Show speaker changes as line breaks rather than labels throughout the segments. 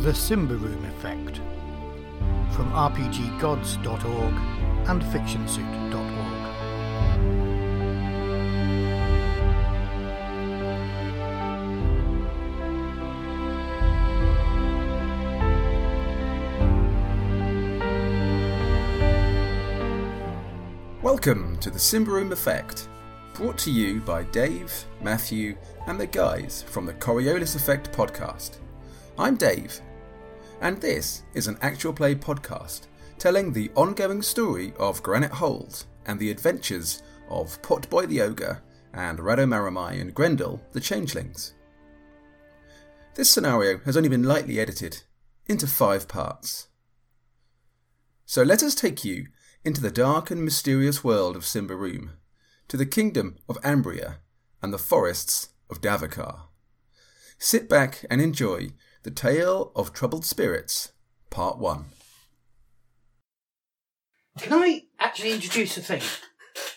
The Simba Room Effect from RPGgods.org and FictionSuit.org.
Welcome to the Simba Room Effect, brought to you by Dave, Matthew, and the guys from the Coriolis Effect podcast. I'm Dave, and this is an actual play podcast telling the ongoing story of Granite Hold and the adventures of Potboy the Ogre and Radomaramai and Grendel the Changelings. This scenario has only been lightly edited into five parts. So let us take you into the dark and mysterious world of Simbaroom, to the kingdom of Ambria and the forests of Davakar. Sit back and enjoy The Tale of Troubled Spirits, Part 1.
Can I actually introduce a thing?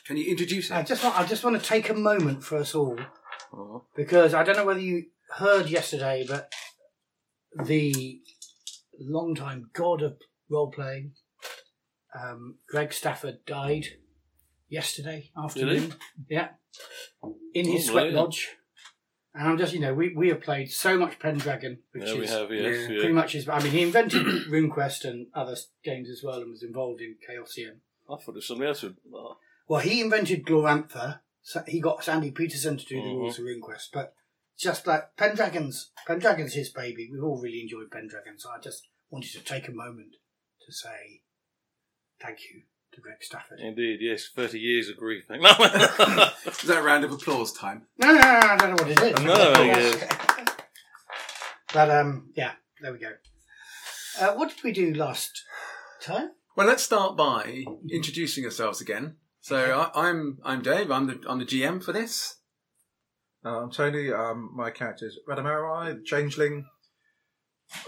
Can you introduce
I just want I just want to take a moment for us all
Uh-huh.
because I don't know whether you heard yesterday, but the longtime god of role playing, um, Greg Stafford, died yesterday afternoon. Yeah, in his
Oh,
sweat
wow.
lodge. And I'm just, you know, we, we have played so much Pendragon, which
Yeah,
is
we have, yes.
yeah,
yeah.
pretty much his. I mean, he invented RuneQuest and other s- games as well, and was involved in Chaosium.
I thought it was something else. Oh,
Well, he invented Glorantha. So he got Sandy Peterson to do the
Mhm.
Mm-hmm.
rules of RuneQuest, but just like Pendragon's, Pendragon's his baby. We've all really enjoyed Pendragon, so I just wanted to take a moment to say thank you to Greg Stafford.
Indeed, yes. 30 years of grief. No, no,
Is that a round of applause time?
No, no, no, no, I don't know what it is.
yeah.
But um, yeah, there we go. Uh, what did we do last time?
Well, let's start by introducing ourselves again. So I, I'm I'm Dave. I'm the I'm the GM for this.
Uh, I'm Tony. Um, my character is Radamarai, the changeling.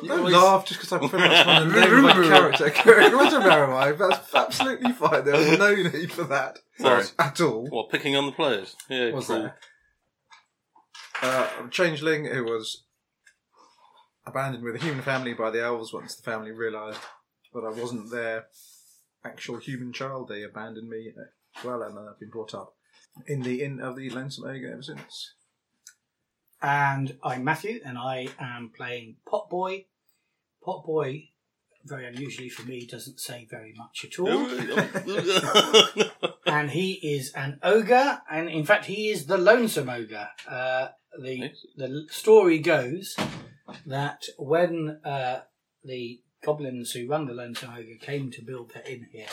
You
Don't
always-
laugh just because I pronounced my name of my character correctly. Radamarai, that's absolutely fine. There was no need for that
Sorry.
at all.
Well, picking on the players. Yeah,
Was
cool.
there? Uh, I'm a changeling who was abandoned with a human family by the elves once the family realised that I wasn't their actual human child. They abandoned me as well, and I've been brought up in the inn of the Lonesome Ogre ever since.
And I'm Matthew, and I am playing Potboy. Potboy, very unusually for me, doesn't say very much at all. and he is an ogre, and in fact, he is the lonesome ogre. Uh, the the story goes that when uh, the goblins who run the lonesome ogre came to build their inn here,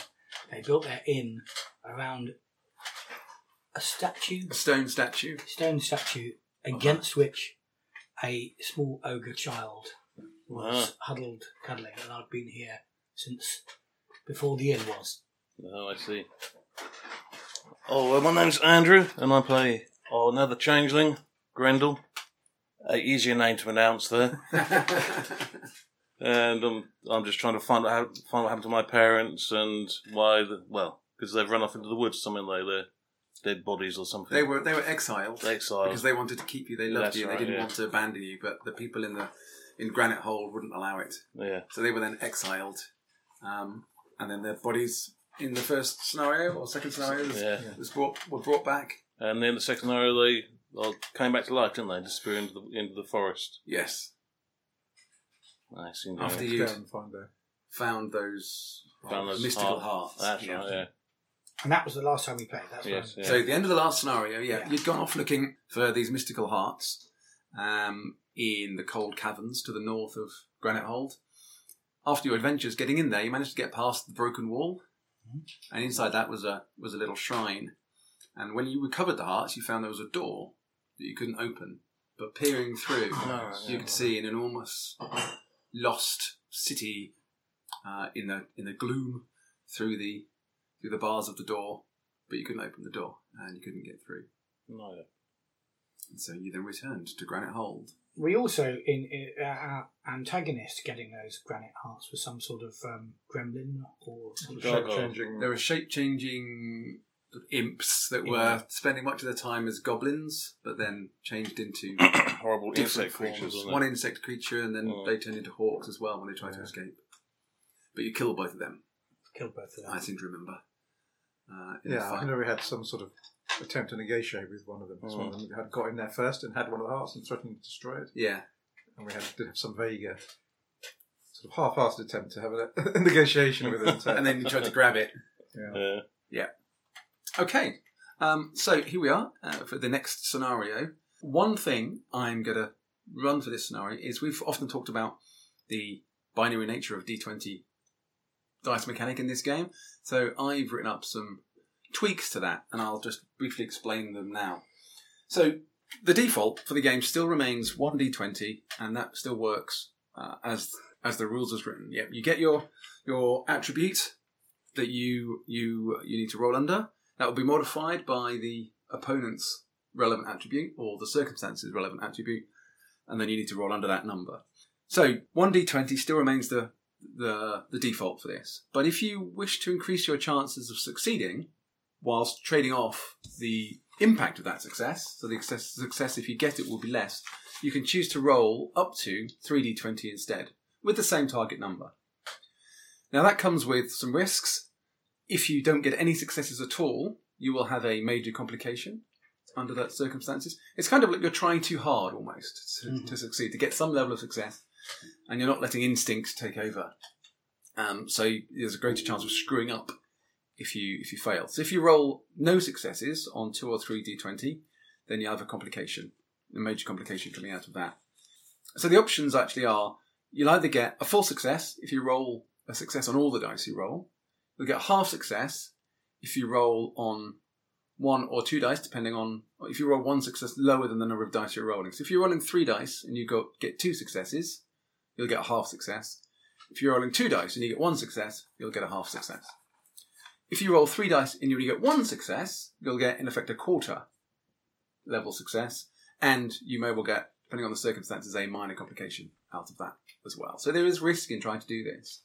they built their inn around a statue,
A stone statue.
stone statue,
Uh-huh.
against which a small ogre child was
Uh-huh.
huddled, cuddling, and I've been here since before the inn was.
oh, I see. Oh, well, my name's Andrew, and I play oh, another changeling, Grendel. Uh, easier name to pronounce there. and um, I'm just trying to find out, how, find what happened to my parents and why. The, well, because they've run off into the woods somewhere. They they're dead bodies or something.
They were they were exiled.
Exiled.
because they wanted to keep you. They loved
That's
you.
right,
they didn't
yeah.
want to abandon you. But the people in the in Granite Hole wouldn't allow it.
yeah.
So they were then exiled, um, and then their bodies in the first scenario or second scenario was,
Yeah.
was brought were brought back.
And then the second scenario, they well, came back to life, didn't they? Disappeared into the, into the forest.
Yes,
I seem to
after
have
you
Go and find her.
found those,
found those
mystical
heart-
hearts.
That's
yeah.
right, yeah.
And that was the last time we played. That's right.
Yes, yeah.
So at the end of the last scenario, yeah,
Yeah.
you'd gone off looking for these mystical hearts um, in the cold caverns to the north of Granite Hold. After your adventures getting in there, you managed to get past the broken wall, and inside that was a was a little shrine. And when you recovered the hearts, you found there was a door that you couldn't open, but peering through, you could see an enormous lost city uh, in the in the gloom through the through the bars of the door but you couldn't open the door and you couldn't get through.
No, yeah.
And so you then returned to Granite Hold.
We also, in, in uh, our antagonist getting those granite hearts was some sort of um, gremlin or sort of
Gargoyle.
Shape-changing-
There were shape changing
sort of imps that were spending much of their time as goblins, but then changed into
Horrible
different
insect creatures.
forms.
wasn't it?
One insect creature, and then
Oh.
they turned into hawks as well when they tried to escape. But you kill both of them.
Killed both of them.
I seem to remember. Uh, in
Yeah,
the
I
fight.
know we had some sort of attempt to negotiate with one of them. 'cause One of
Mm.
them had got in there first and had one of the hearts and threatened to destroy it.
yeah.
And we had did have some vague, uh, sort of half-assed attempt to have a, a negotiation with them. So,
and then you tried to grab it.
yeah.
Yeah.
Okay, um, so here we are uh, for the next scenario. One thing I'm going to run for this scenario is we've often talked about the binary nature of D20 dice mechanic in this game, so I've written up some tweaks to that, and I'll just briefly explain them now. So the default for the game still remains one D20, and that still works uh, as as the rules is written. Yep, you get your your attribute that you you you need to roll under. That will be modified by the opponent's relevant attribute or the circumstances relevant attribute, and then you need to roll under that number. So one d20 still remains the the the default for this. But if you wish to increase your chances of succeeding, whilst trading off the impact of that success, so the success, success if you get it will be less, you can choose to roll up to three d20 instead with the same target number. Now that comes with some risks if you don't get any successes at all, you will have a major complication under that circumstances. It's kind of like you're trying too hard almost to, to succeed, to get some level of success, and you're not letting instincts take over. Um, so there's a greater chance of screwing up if you if you fail. So if you roll no successes on two or three d20, then you have a complication, a major complication coming out of that. So the options actually are you'll either get a full success if you roll a success on all the dice you roll, you'll get half success if you roll on one or two dice, depending on or if you roll one success lower than the number of dice you're rolling. So if you're rolling three dice and you got get two successes, you'll get a half success. If you're rolling two dice and you get one success, you'll get a half success. If you roll three dice and you only get one success, you'll get in effect a quarter level success, and you may well get, depending on the circumstances, a minor complication out of that as well. So there is risk in trying to do this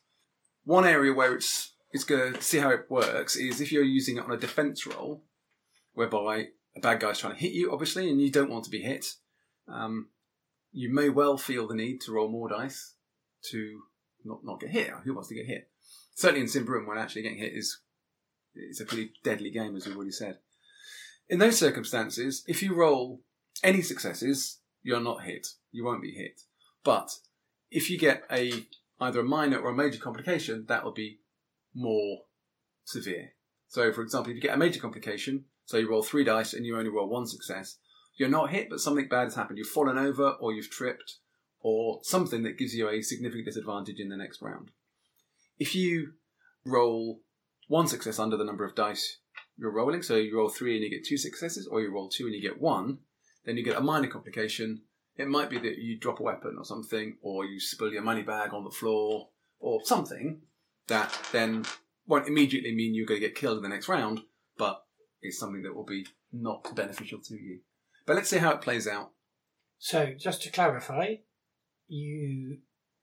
one area where it's it's going to see how it works is if you're using it on a defense roll, whereby a bad guy's trying to hit you, obviously, and you don't want to be hit. Um, you may well feel the need to roll more dice to not not get hit. Who wants to get hit? Certainly in Simbrum, when actually getting hit is it's a pretty deadly game, as we've already said. In those circumstances, if you roll any successes, you're not hit. You won't be hit. But if you get a either a minor or a major complication, that will be more severe. So, for example, if you get a major complication, so you roll three dice and you only roll one success, you're not hit, but something bad has happened. You've fallen over, or you've tripped, or something that gives you a significant disadvantage in the next round. If you roll one success under the number of dice you're rolling, so you roll three and you get two successes, or you roll two and you get one, then you get a minor complication. It might be that you drop a weapon or something, or you spill your money bag on the floor, or something that then won't immediately mean you're going to get killed in the next round, but it's something that will be not beneficial to you. But let's see how it plays out.
So, just to clarify, you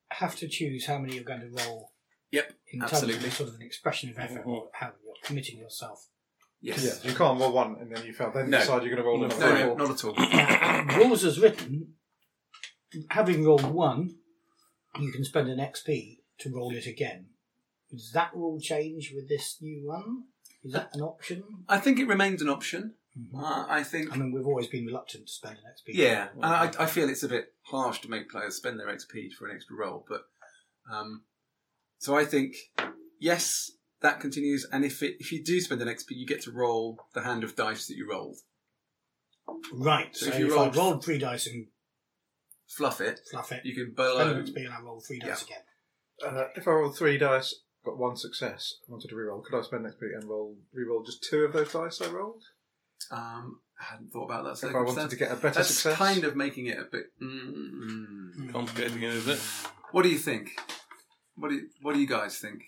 have to choose how many you're going to roll
Yep,
in terms
absolutely.
of sort of an expression of effort,
Mm-hmm.
or how you're committing yourself.
Yes.
Yeah, so you can't roll one and then you fail. Then
No.
decide you're going to roll
No,
another
No,
roll.
no, not at all.
Now, rules as written, having rolled one, you can spend an XP to roll it again. Does that rule change with this new one? Is that an option?
I think it remains an option.
Mm-hmm.
Uh, I think
I mean, we've always been reluctant to spend an XP.
Yeah, and I, I feel it's a bit harsh to make players spend their XP for an extra roll, but um, so I think yes, that continues. And if it, if you do spend an XP, you get to roll the hand of dice that you rolled,
Right.
So
So,
if
if,
you
I
rolled-
rolled three dice and
fluff it.
fluff it,
You can
spend
below.
an XP and I roll three dice again.
Uh, if I rolled three dice, got one success, I wanted to reroll. Could I spend next week and roll re-roll just two of those dice I rolled?
Um, I hadn't thought about that.
If I wanted
circumstance.
to get a better
That's
success,
kind of making it a bit. Mm.
Complicating it, is it?
What do you think? What do you, What do you guys think?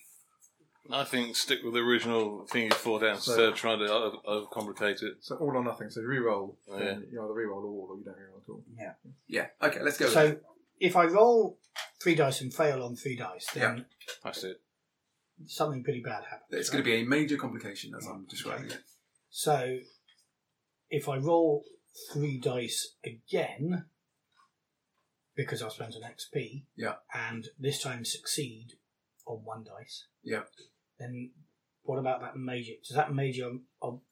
I think stick with the original thing you thought down
So-
instead of trying to over- overcomplicate it.
so all or nothing. So re-roll,
Yeah.
then you either re-roll all or you don't re-roll at all.
Yeah.
Yeah. Okay. Let's go. with
So
that.
if I roll three dice and fail on three dice, then
That's it.
something pretty bad happens.
It's going to be a major complication as I'm describing it.
So if I roll three dice again, because I spent an XP,
Yeah.
and this time succeed on one dice,
Yeah.
then what about that major? Does that major um,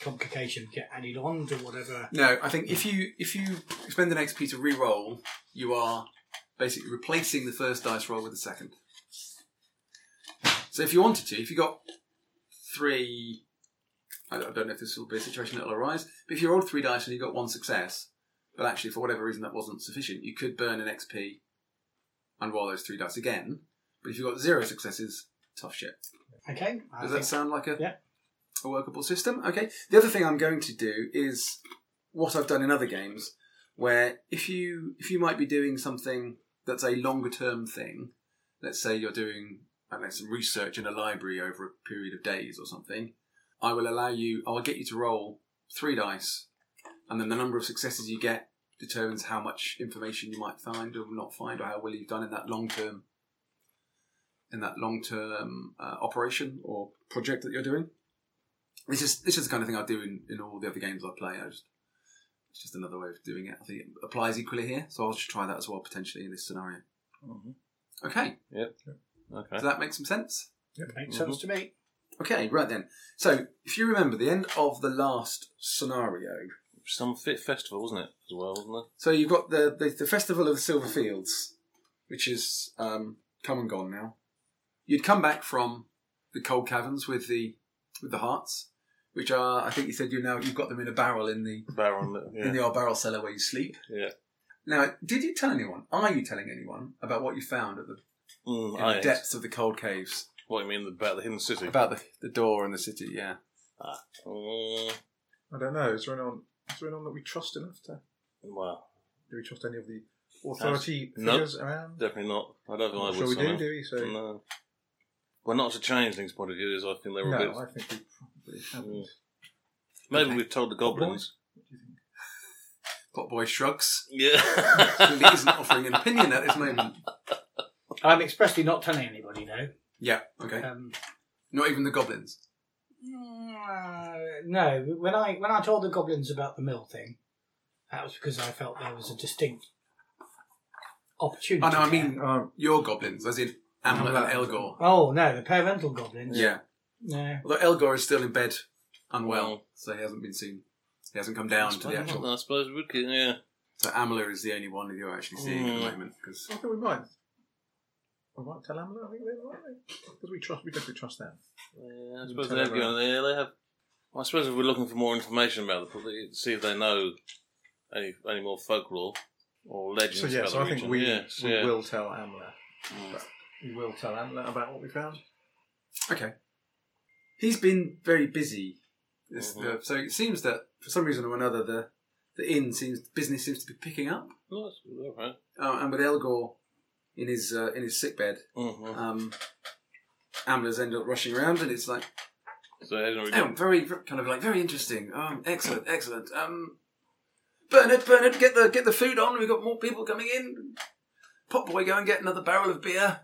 complication get added on to whatever?
No, I think if you if you spend an XP to re-roll, you are basically replacing the first dice roll with the second. So if you wanted to, if you got three, I don't I don't know if this will be a situation that will arise, but if you rolled three dice and you got one success, but actually for whatever reason that wasn't sufficient, you could burn an XP and roll those three dice again. But if you got zero successes, tough shit.
Okay, I
Does
think-
that sound like a
Yeah.
a workable system? Okay. The other thing I'm going to do is what I've done in other games, where if you if you might be doing something that's a longer term thing, let's say you're doing I don't know some research in a library over a period of days or something, I will allow you. I'll get you to roll three dice, and then the number of successes you get determines how much information you might find or not find, or how well you've done in that long term in that long term uh, operation or project that you're doing. This is this is the kind of thing I do in, in all the other games I play. I just it's just another way of doing it. I think it applies equally here, so I'll just try that as well potentially in this scenario.
Mhm.
Okay,
Yep. Okay.
does that make some sense?
makes sense
Mm-hmm.
to me.
Okay, right then. So if you remember the end of the last scenario,
Some fit festival, wasn't it? As well, wasn't
So you've got the, the, the Festival of the Silver Fields, which is um, come and gone now. You'd come back from the cold caverns with the with the hearts, which are I think you said you now you've got them in a barrel in the
it? Baron. Yeah.
in the old barrel cellar where you sleep.
yeah.
Now, did you tell anyone? Are you telling anyone about what you found at the,
Mm,
in
ah,
the
yes.
depths of the cold caves?
What do you mean about the hidden city?
About the, the door and the city, yeah.
Ah. Mm,
I don't know. Is there anyone? Is there anyone that we trust enough to?
well,
Do we trust any of the authority
No.
figures around?
definitely not. I don't think I
Not
would.
sure we do,
somehow.
do we? So
No. Well, not as a changeling's point of view, is I think they were
no,
a bit.
I think we probably haven't.
Maybe we've told the goblins.
What do you think?
Potboy shrugs.
Yeah.
Clearly isn't offering an opinion at this moment.
I'm expressly not telling anybody though.
Yeah, okay.
Um,
Not even the goblins.
Mm, uh, no, when I when I told the goblins about the mill thing, that was because I felt there was a distinct opportunity.
Oh no, I
there.
mean
Um,
your goblins, as in Amlet and Elgor.
oh no, the parental goblins.
Yeah.
No,
Although Elgor is still in bed, unwell, so he hasn't been seen. He hasn't come
I
down to
suppose,
the actual.
I suppose we could. Yeah.
So Amla is the only one that you're actually seeing at the
Mm.
moment. Because
I think we might. We might tell Amla. I think they might because we trust. We definitely trust them.
Yeah, I
You
suppose
turn
they've
around.
gone there. They have. I suppose if we're looking for more information about the probably see if they know any any more folklore or legends.
So yeah,
about
so
the
I think
region.
we,
Yes,
we
yeah.
will tell Amla. But We will tell Amla about what we found.
okay, he's been very busy. This,
Mhm.
the, so it seems that for some reason or another, the the inn seems business seems to be picking up.
Well, that's all right.
Uh, and with Elgor in his uh, in his sick bed,
Mhm.
um, Amla's ended up rushing around, and it's like.
So they don't really
Oh, very ver- kind of like very interesting. Um, excellent, excellent. Um, Bernard, Bernard, get the get the food on. We've got more people coming in. Pop boy, go and get another barrel of beer.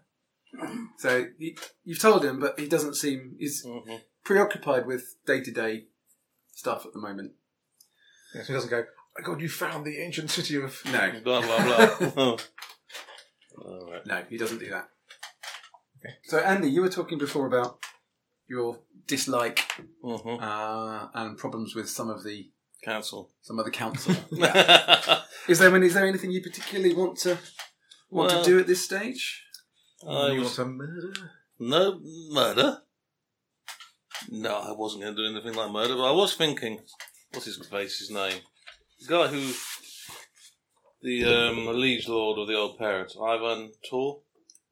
So you, you've told him, but he doesn't seem he's
Mhm.
preoccupied with day to day stuff at the moment.
Yes, he doesn't go. Oh God, you found the ancient city of.
No,
Blah blah blah. all right.
no, he doesn't do that. So Andy, you were talking before about your dislike
Mhm.
uh, and problems with some of the
Council.
some of the council. Is there any, is there anything you particularly want to want
Well-
to do at this stage?
I
you
was-
want to murder?
No murder. No, I wasn't going to do anything like murder, but I was thinking, what's his face's name? The guy who, the um, liege lord of the old parrot, Ivan Tor.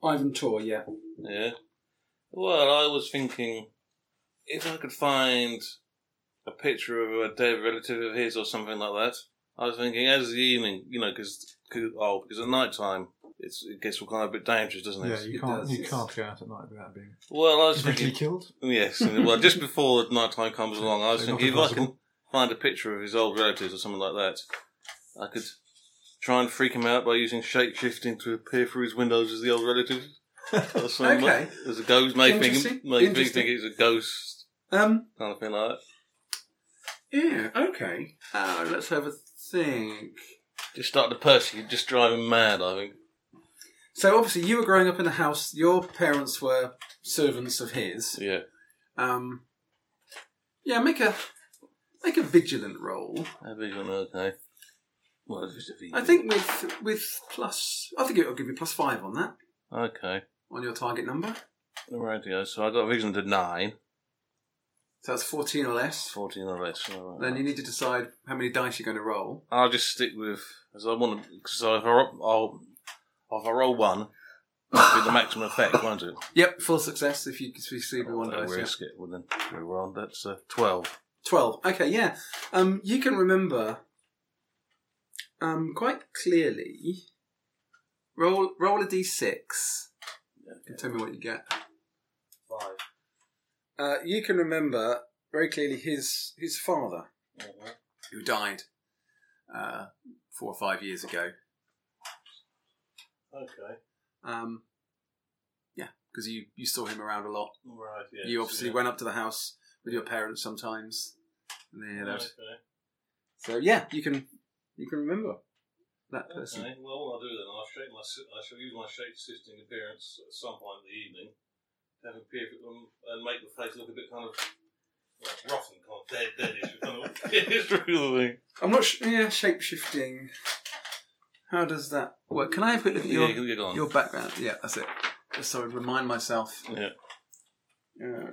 Ivan Tor, yeah.
Yeah. Well, I was thinking, if I could find a picture of a dead relative of his or something like that, I was thinking as the evening, you know, because oh, because at night time it's it gets all kind of a bit dangerous, doesn't it?
Yeah, you
it
can't.
does,
you
yes.
can't go out at night without being
Well, I was
brutally
thinking.
killed.
Oh, Yes, and- well, just before night time comes along, I was
So not
thinking if I can
impossible.
find a picture of his old relatives or something like that, I could try and freak him out by using shape shifting to appear through his windows as the old relative. Or something like-
Okay.
As a ghost, may think,
Interesting.
may think,
Interesting.
think it's a ghost,
Um,
kind of thing like that.
Yeah, okay. Uh, let's have a think.
Just start to persecute, just drive him mad, I think.
So obviously, you were growing up in a house. Your parents were servants of his.
Yeah.
Um, yeah, make a make a vigilant roll.
How big one, okay. Well, it's just a V.
I think with with plus, I think it'll give you plus five on that
Okay.
on your target number.
Radio. So I got vision to 9,
So that's fourteen or less.
14 or less. all right.
Then you need to decide how many dice you're going to roll.
I'll just stick with as I want to. Because if I ro- I'll, if I roll one, that'll be the maximum effect, won't it?
Yep, full success if you succeed with one
I'll
dice. yeah.
risk it. Well, then we're on. That's uh, twelve.
12. Okay, yeah. Um, you can remember um, quite clearly. Roll roll a d6. And tell me what you get.
Five.
Uh, you can remember very clearly his his father, who died uh, four or five years ago.
Okay.
Um, yeah, because you, you saw him around a lot.
Right.
you obviously went up to the house with your parents sometimes, and they had out. So yeah, you can you can remember that person.
Okay, well, what I'll do then, I'll shape my, si- I shall use my shape assisting appearance at some point in the evening to have appear and, um, and make the face look a bit kind of like, rough and kind of dead, deadish. kind of, it's through the thing.
I'm not. Sh- yeah, shape shifting. How does that work? Can I have a quick look at your
yeah, you can get on.
your background? Yeah, that's it. Just so I remind myself.
Yeah.
Uh,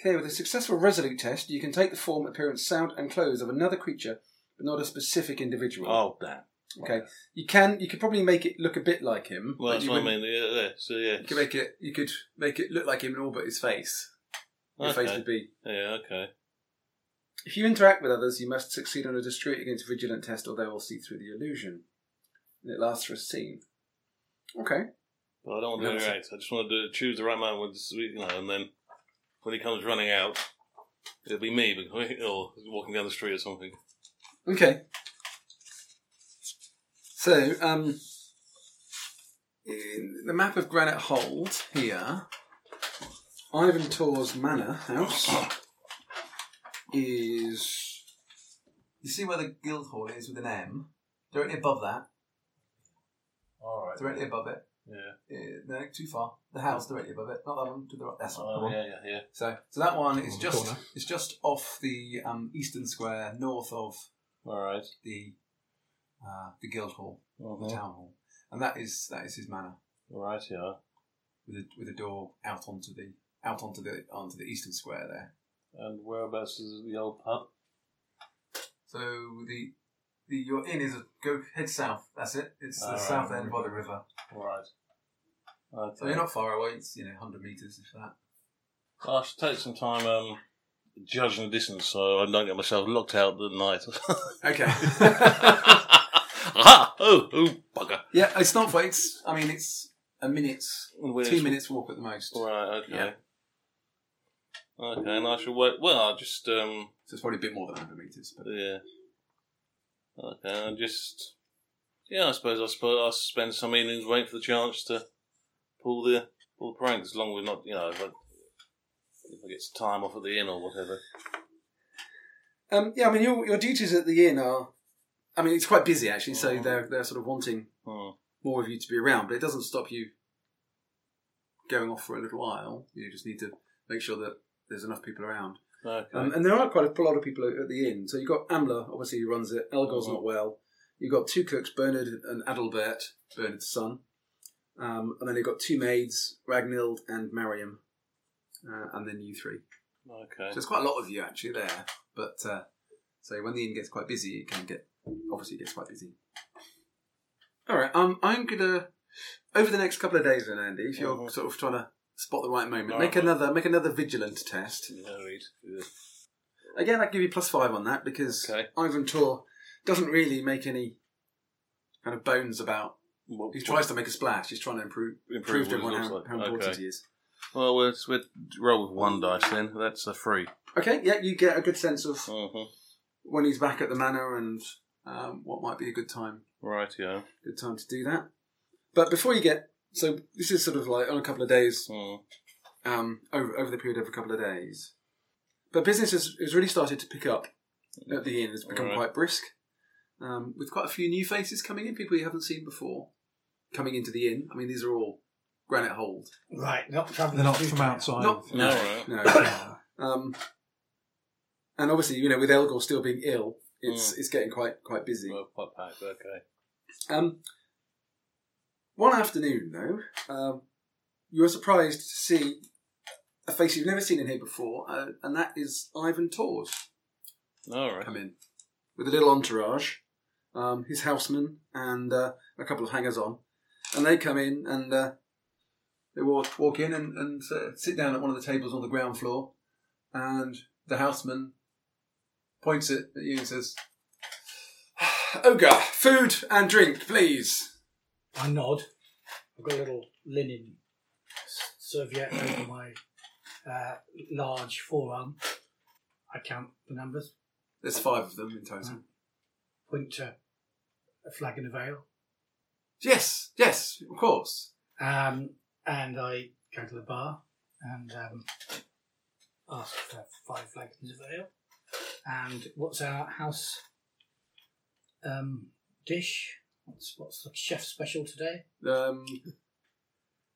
Okay, with a successful resolute test, you can take the form, appearance, sound, and clothes of another creature, but not a specific individual.
Oh, damn.
okay. You can you could probably make it look a bit like him.
Well,
but
that's
you
what I
wouldn't-
mean. Yeah, there. So, yeah.
You could make it you could make it look like him in all but his face. Your face
Okay.
would be
Yeah, okay.
If you interact with others, you must succeed on a discreet against vigilant test, or they will see through the illusion. And it lasts for a scene. Okay.
But I don't want to
Yeah, that's it.
interact. I just want to do, choose the right moment, with this, you know, and then when he comes running out, it'll be me, but- or walking down the street or something.
Okay. So, um, in the map of Granite Hold here, Ivan Tor's manor house is. You see where the guild hall is with an M? Directly above that.
All right.
Directly above it.
Yeah.
Uh, no, too far. The house directly above it. Not that one. To the right. That's not the
Oh,
one.
yeah, yeah, yeah.
So, so that one is
the
just
corner.
it's just off the um, eastern square, north of
All right.
the uh, the guild hall, the
Uh-huh.
town hall, and that is that is his manor
All right, yeah.
with a, with a door out onto the out onto the onto the eastern square there.
And whereabouts is the old pub?
So the the your inn is a, go head south. That's it. It's the
Alright.
south end by the river.
Right. Okay.
So you're not far away. It's you know hundred meters if that.
I should take some time um, judging the distance so I don't get myself locked out at night.
Okay.
Aha! Oh, oh, bugger.
yeah, it's not far. It's I mean it's a minute's
Where's-
two minutes walk at the most.
Right, okay.
Yeah.
Okay, and I should wait. Well, I'll just, um,
So it's probably a bit more than hundred meters. But
yeah. Okay, I'll just, yeah, I suppose I suppose I'll spend some evenings waiting for the chance to pull the pull the prank as long as we're not, you know, if I, if I get some time off at the inn or whatever.
Um, yeah, I mean, your, your duties at the inn are, I mean, it's quite busy actually, so
Mhm.
they're, they're sort of wanting
Hmm.
more of you to be around, but it doesn't stop you going off for a little while. You just need to make sure that there's enough people around.
Okay.
Um, and there are quite a lot of people at the inn. So you've got Amla, obviously, who runs it, Elgor's
Mhm.
not well. You've got two cooks, Bernard and Adalbert, Bernard's son. Um, and then you've got two maids, Ragnild and Mariam. Uh, and then you three.
okay.
So there's quite a lot of you actually there, but uh, so when the inn gets quite busy, it can get obviously it gets quite busy. All right, um, I'm gonna over the next couple of days, then Andy, if you're
Mhm.
sort of trying to spot the right moment,
All
make
right.
another make another vigilant test.
No read.
Again, I give you plus five on that because
Okay.
Ivan Tor doesn't really make any kind of bones about.
Well,
He tries to make a splash. He's trying to improve improve, to
what it
everyone
looks
how,
like.
how important
okay.
he is.
Well, we'll, we'll roll with one dice then. That's a three.
Okay, yeah, you get a good sense of
Mm-hmm.
when he's back at the manor and um, what might be a good time
Right, yeah.
good time to do that. But before you get so this is sort of like on a couple of days
Mm.
um, over over the period of a couple of days. But business has, has really started to pick up at the inn has become
Alright.
quite brisk, um, with quite a few new faces coming in, people you haven't seen before coming into the inn. I mean, these are all Granite Hold.
Right, not travelling.
They're not
too
from
far.
outside.
Not
No, right.
no. um, and obviously, you know, with Elgor still being ill, it's it's getting quite quite busy.
Well, quite packed, okay.
Um, one afternoon, though, um, you were surprised to see a face you've never seen in here before, uh, and that is Ivan Tors
All right.
come in with a little entourage, um, his houseman, and uh, a couple of hangers on. And they come in and uh, they walk, walk in and, and uh, sit down at one of the tables on the ground floor. And the houseman points it at you and says, Ogre, food and drink, please.
I nod. I've got a little linen s- serviette over my uh, large forearm. I count the numbers.
There's five of them in
Hmm.
total.
Point to a flagon of ale.
Yes, yes, of course.
Um, and I go to the bar and um, ask for five flagons of ale. And what's our house um, dish? What's, what's the chef's special today?
Um,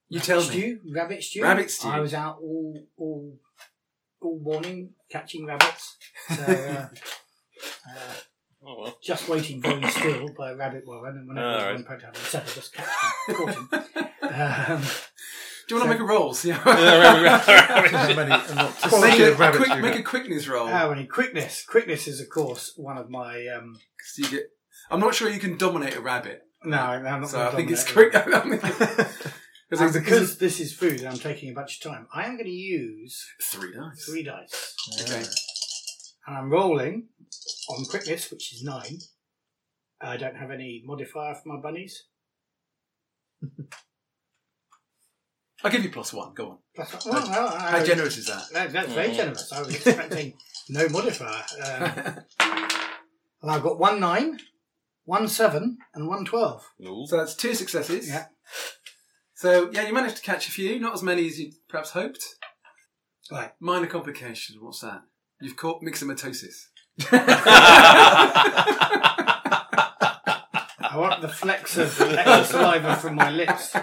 you tell me.
stew, rabbit stew.
Rabbit stew.
I was out all all all morning catching rabbits, so uh, uh,
Oh, well.
just waiting very still by a rabbit warren, and whenever
Ah,
I
right.
was poked out of the set, I just catch him, caught him. Um,
Do you want to make a roll? See how-
How many? I'm not to
make,
see
a,
the rabbits
quick,
you
make
got.
a quickness roll.
How many quickness? Quickness is, of course, one of my. Um,
'Cause you get. I'm not sure you can dominate a rabbit,
no, I'm not.
so
gonna
I think it's
dominate
quick. I mean, 'cause
it.
it's-
And because Um, this is food, and I'm taking a bunch of time. I am going to use
it's three dice.
three dice,
Okay.
and I'm rolling on quickness, which is nine. I don't have any modifier for my bunnies.
I'll give you plus one. Go on.
Plus, oh, well, I-
How generous is that?
that- that's very generous. I was expecting no modifier, um, and I've got one nine, one seven, and one twelve.
No.
so that's two successes.
Yeah.
So yeah, you managed to catch a few, not as many as you perhaps hoped.
Right.
Minor complication. What's that? You've caught myxomatosis.
I want the flex of the extra saliva from my lips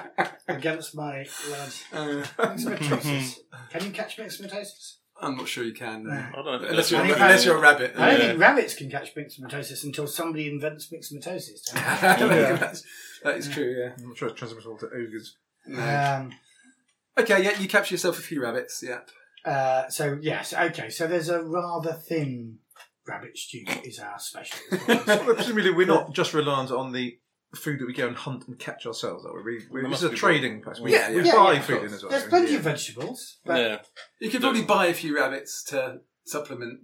against my um, large
Uh,
Myxomatosis.
Mm-hmm.
Can you catch myxomatosis?
I'm not sure you can.
No.
Uh,
I don't know.
unless you're,
I think-
unless you're a rabbit.
I don't
Yeah.
think rabbits can catch myxomatosis until somebody invents myxomatosis.
I don't think that's- that is true. Yeah.
I'm not sure it's transmissible to ogres.
um,
Okay. Yeah, you capture yourself a few rabbits. Yeah.
uh, so yes, okay. So there's a rather thin rabbit stew is our special.
Well, presumably, we're not just reliant on the food that we go and hunt and catch ourselves. Are we? we
There
we this
must
is a
be
trading place. We,
Yeah,
we
yeah,
buy
yeah,
of
food in
course.
as well.
There's plenty of vegetables, but
Yeah.
You could probably buy a few rabbits to supplement.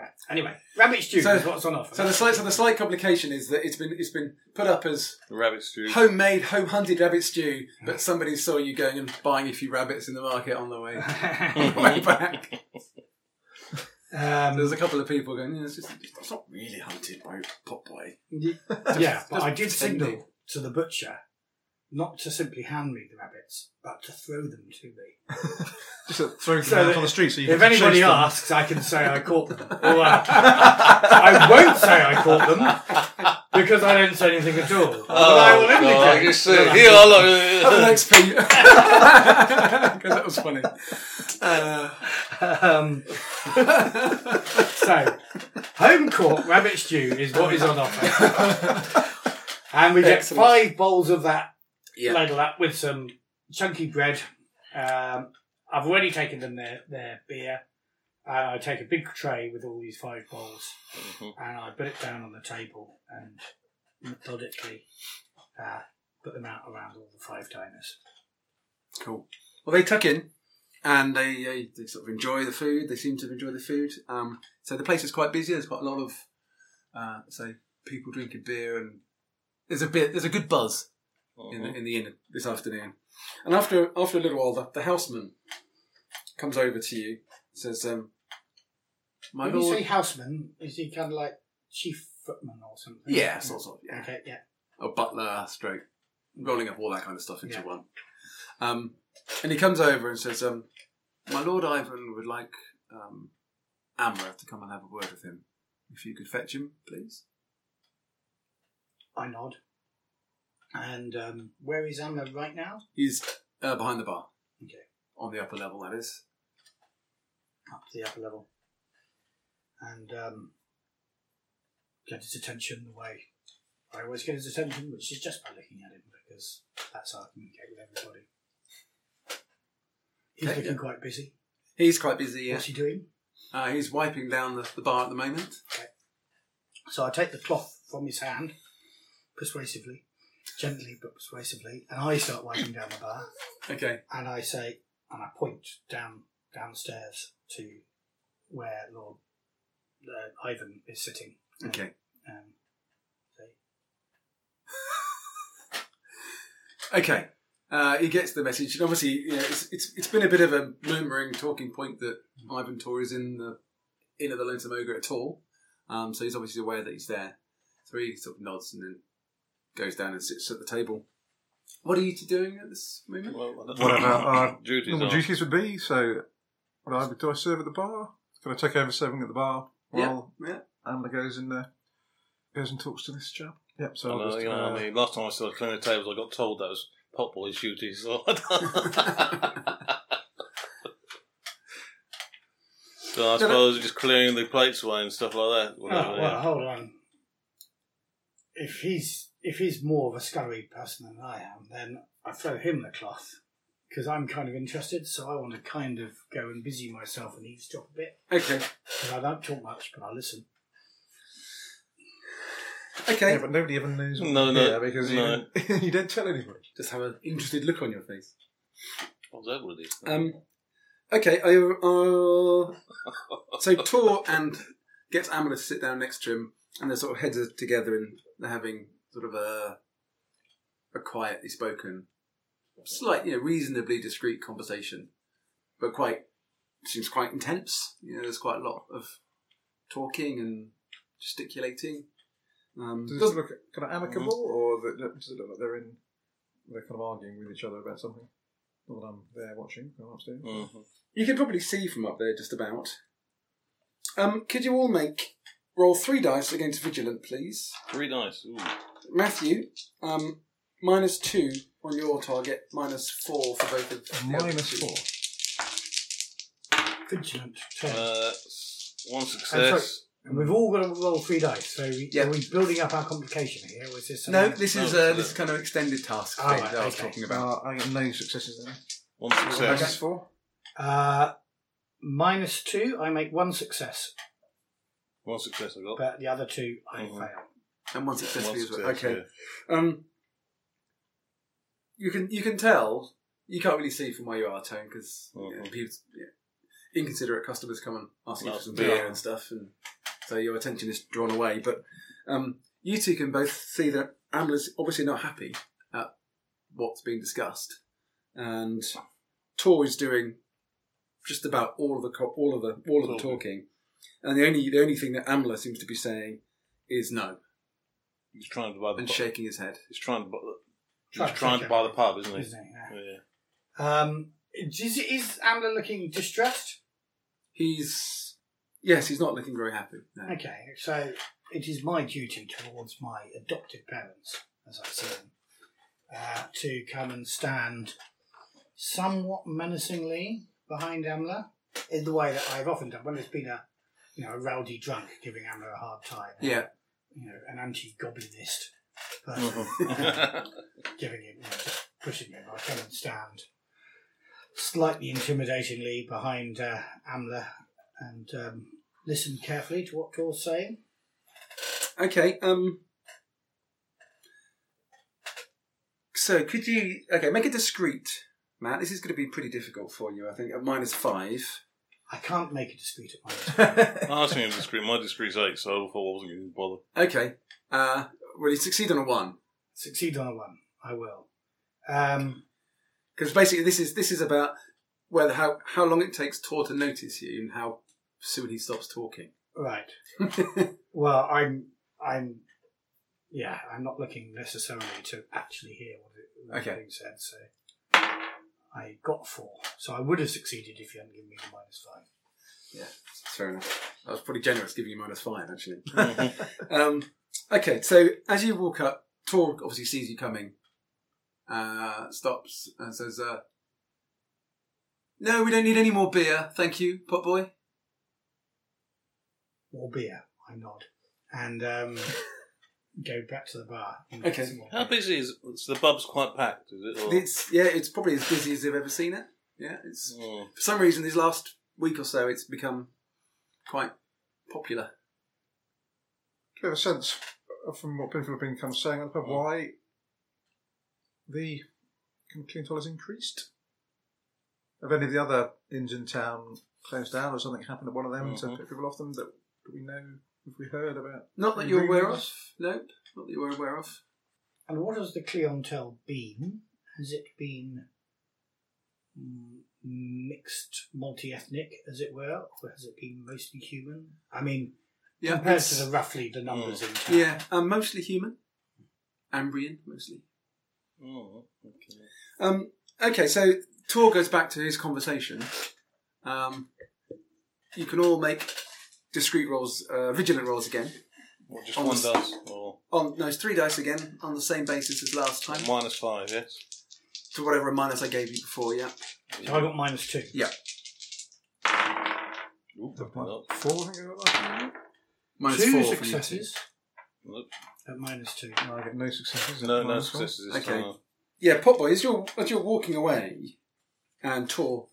uh, anyway, rabbit stew
So-
is what's on offer.
So the slight, so the slight complication is that it's been it's been put up as
The rabbit stew.
homemade, home hunted rabbit stew, but somebody saw you going and buying a few rabbits in the market on the way, on the way back. There's
um,
a couple of people going, yeah, it's, just, it's not really hunted by Popeye.
yeah, but I did
just send
signal
me.
to the butcher not to simply hand me the rabbits, but to throw them to me.
Just uh, throw them
So
out
that-
on the street so you
If
can chase
anybody
them.
asks, I can say I caught them. Or, uh, I won't say I caught them because I don't say anything at all. But I will
God,
indicate.
you say, here, look.
Have an XP. Because that was funny. Uh,
Um, so, home court rabbit stew is what is on offer, and we get
Excellent.
five bowls of that
Yeah.
ladle up with some chunky bread. Um, I've already taken them their their beer, and I take a big tray with all these five bowls.
Mhm.
Mm-hmm.
and I put it down on the table and methodically uh, put them out around all the five diners.
Cool. Well, they tuck in and they, they, they sort of enjoy the food. They seem to enjoy the food. Um, so the place is quite busy. There's quite a lot of, uh, say, people drinking beer and there's a bit, there's a good buzz in,
Mm-hmm.
Mm-hmm.
the, in the inn this afternoon. And after after a little while, the, the houseman comes over to you, says, um, "My
When you
lord,
say houseman, is he kind of like chief footman or something?
yeah, sort of, yeah,
Okay, yeah.
a butler, stroke, rolling up all that kind of stuff into
Yeah.
one. Um, and he comes over and says, um, "My lord Ivan would like um, Amra to come and have a word with him. If you could fetch him, please.
I nod. And um, where is Amna right now?
He's uh, behind the bar.
Okay.
On the upper level, that is.
Up to the upper level. And um, get his attention the way I always get his attention, which is just by looking at him, because that's how I communicate with everybody. He's
Okay,
looking
yeah.
quite busy.
He's quite busy, yeah.
What's he doing?
Uh, he's wiping down the, the bar at the moment.
So I take the cloth from his hand, persuasively, gently but persuasively, and I start wiping down the bar.
Okay.
and I say, and I point down downstairs to where Lord uh, Ivan is sitting.
Okay.
Um, say,
Okay. Uh, he gets the message, and obviously, you know, it's, it's it's been a bit of a murmuring talking point that Ivan Tor is in the in at the Lonesome Ogre at all. Um, so he's obviously aware that he's there. So he sort of nods and then goes down and sits at the table. What are you two doing at this moment?
Whatever uh, our
duties
normal
are.
duties would be. So, would I, do I serve at the bar? Can I take over serving at the bar while
yeah, yeah.
Amber goes and uh, goes and talks to this chap? Yep. So
And,
I'll
uh,
just,
you know,
uh,
I mean, last time I saw cleaning the tables, I got told that was pot boy's duty. So, so I suppose just clearing the plates away and stuff like that. Whatever.
oh, well, hold on. If he's if he's more of a scurry person than I am, then I throw him the cloth because I'm kind of interested. So I want to kind of go and busy myself and eavesdrop a bit
Okay.
because I don't talk much, but I listen.
Okay.
yeah, but nobody even knows. what
No,
you're
no,
here because you
no.
don't- you don't tell anybody.
Just have an interested look on your face.
What's that with it?
Um, okay. I, uh, so Tor and gets Amber to sit down next to him, and their sort of heads are together, and they're having sort of a a quietly spoken, slight, you know, reasonably discreet conversation, but quite seems quite intense. You know, there's quite a lot of talking and gesticulating. Um,
Does it
doesn't-
look kind
Mm.
of amicable, or that- that- does it look like they're in? They're kind of arguing with each other about something. Not that I'm there watching. I'm upstairs.
Mhm.
You can probably see from up there just about. Um, could you all make roll three dice against vigilant, please?
Three dice. Ooh.
Matthew, um, minus two on your target, minus four for both of the other
Minus
two.
four.
Vigilant. turn.
Uh, one success.
And we've all got to roll three dice. So we,
Yeah.
are we building up our complication here? Was this
No,
something-
this is
No,
uh,
it's
this is kind of extended task
Oh,
thing
right,
that I was
okay.
talking about.
Uh, I get no successes there.
One
Minus
success.
four.
Uh, minus two, I make one success,
One success I got.
but the other two I
Mhm.
fail.
And one success for
One
you as well.
success,
Okay. Um, you can you can tell you can't really see from where you are, Tone, because
Mhm.
people yeah, inconsiderate customers come and ask you for
Lots
some
of
beer
beer.
and stuff, and so your attention is drawn away. But um, you two can both see that Amla's obviously not happy at what's being discussed, and Tor is doing just about all of the co- all of the all of the
Talking.
talking, and the only the only thing that Amla seems to be saying is no
He's trying to buy the
and
pub.
shaking his head.
He's trying to buy the,
Try
he's
to
trying
take
to
it.
buy the pub, isn't he?
Isn't it? Yeah.
Yeah.
Um, is, is Amla looking distressed?
He's yes, he's not looking very happy. No.
Okay, so it is my duty towards my adopted parents, as I see them, uh, to come and stand somewhat menacingly behind Amla in the way that I've often done when there's been a you know a rowdy drunk giving Amla a hard time.
Yeah,
you know, an anti-goblinist person
Mhm.
giving him, you know, just pushing him. I come and stand slightly intimidatingly behind uh, Amla and um, listen carefully to what Tor's saying.
Okay. Um. So could you okay make it discreet, Matt? This is going to be pretty difficult for you, I think. At minus five.
I can't make a dispute at once.
okay.
I asked him to discreet. My discreet's eight, so I thought I wasn't going to bother.
Uh. Well, you succeed on a one
Succeed on a one, I will. Um,
because basically this is this is about whether how how long it takes Tor to notice you and how soon he stops talking.
right. Well, I'm, I'm, yeah, I'm not looking necessarily to actually hear what it what
Okay.
being said. So I got four, so I would have succeeded if you hadn't given me the minus five.
yeah. That's fair enough. I was pretty generous giving you minus five, actually. um, okay, so as you walk up, Torg obviously sees you coming, uh, stops and says, uh, "No, we don't need any more beer, thank you, pot boy."
More beer, I nod. And um, go back to the bar. and
Okay.
get some more
How
beer.
busy is so the pub's quite packed, is it? Or,
It's yeah, it's probably as busy as they've ever seen it. Yeah, it's
Mm.
for some reason this last week or so it's become quite popular.
Do you have a sense uh, from what people have been kind of saying on the
Mm.
pub why the clientele has increased? Have any of the other inns in town closed down, or something happened at one of them
Mm-hmm.
to put people off them that that we know? Have we heard about?
Not that
any
you're aware of.
rumours?
Nope, not that you're aware of.
And what has the clientele been? Has it been mm, mixed, multi ethnic, as it were, or has it been mostly human? I mean,
Yeah,
compared
it's-
to the roughly the numbers in town.
Yeah, um, mostly human, Ambrian mostly.
Mm, okay.
Um, okay, so Tor goes back to his conversation. Um, you can all make discrete rolls, uh, vigilant rolls again.
Or just
On
one
the
does, or
On no, it's three dice again on the same basis as last time.
minus five, yes.
To whatever minus I gave you before, yeah.
So I got minus two.
Yeah,
Ooh,
Like
not.
Four, I think. it was last time.
minus
two
four. from you two.
successes
Nope.
at minus two.
No, I get no successes.
No, no
Minus one.
successes this
Okay.
time.
Yeah, Potboy, as you're as you're walking away, and Tor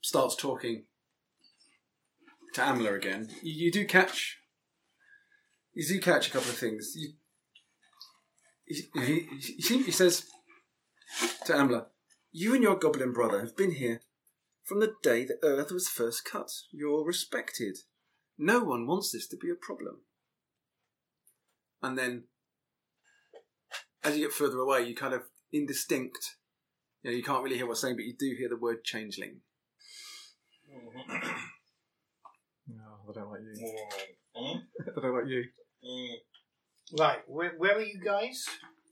starts talking to Amla again. You, you do catch, you do catch a couple of things. You, he, he, he, seem- he says to Amla, "You and your goblin brother have been here from the day the Earth was first cut. You're respected. No one wants this to be a problem." And then as you get further away, you kind of indistinct. You know, you can't really hear what's saying, but you do hear the word changeling.
No, they don't like you.
Mm,
They don't like you.
mm.
Right, where, where are you guys?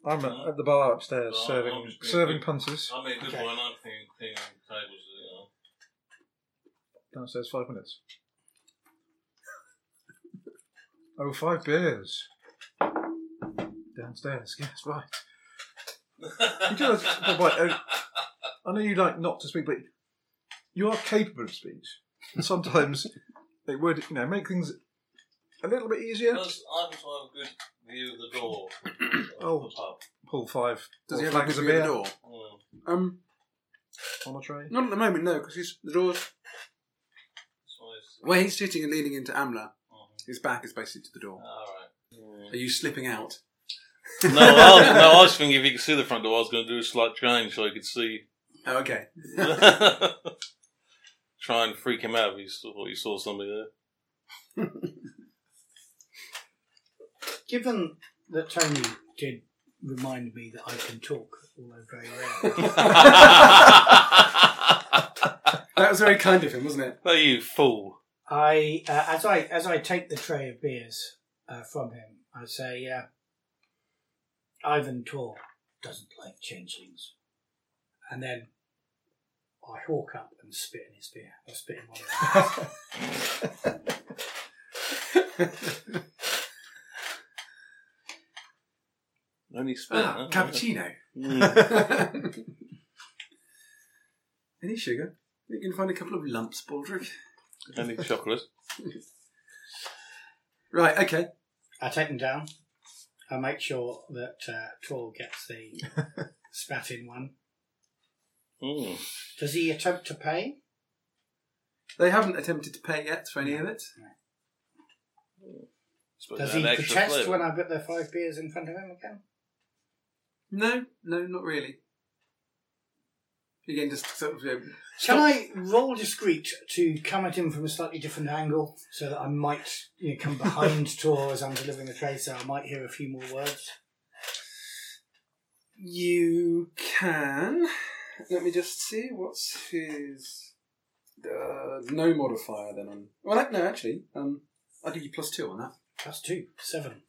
I'm at, at the bar upstairs
No, I'm
serving
just being
serving
good.
punters.
I mean, good
Okay.
one. I'm thinking, thinking tables, you know.
Downstairs, five minutes. Oh, five beers. Downstairs, yes, right. You do realise- but right, oh, I know you like not to speak, but you are capable of speech. And sometimes it would, you know, make things a little bit easier.
Plus, I just want a good view of the door.
Oh.
Of the pub.
Pull five.
Does
or
he have
flagons
a
of
beer
beer
at the door?
Mm.
Um,
on a tray?
not at the moment, no, because the door's
It's always-
where he's sitting and leaning into Amla. His back is basically to the door.
All right.
Are you slipping out?
No, I was, no, I was thinking if you could see the front door, I was going to do a slight change so I could see.
Oh, okay.
Try and freak him out if you saw, you saw somebody there.
Given that Tony did remind me that I can talk, although very rarely.
That was very kind of him, wasn't it?
oh, you fool.
I uh, as I as I take the tray of beers uh, from him, I say, uh, "Ivan Tor doesn't like changelings," and then I hawk up and spit in his beer. I spit in one of them.
Only spit,
Ah,
huh?
cappuccino.
uh-huh. Mm.
Any sugar? You can find a couple of lumps, Baldrick.
Only chocolate.
Right. Okay.
I take them down. I make sure that uh, Tor gets the spat in one.
Mm.
Does he attempt to pay?
They haven't attempted to pay yet for any of it.
Suppose
Does
they
he
had extra
protest
flavour.
when I put their five beers in front of him again?
No, no, not really. Again, just sort of. You know,
Can I roll discreet to come at him from a slightly different angle so that I might you know, come behind Tor as I'm delivering the tray so I might hear a few more words?
You can. Let me just see what's his. Uh, no modifier then on. Well, no, actually, um, I'll give you plus two on that.
That's two, seven.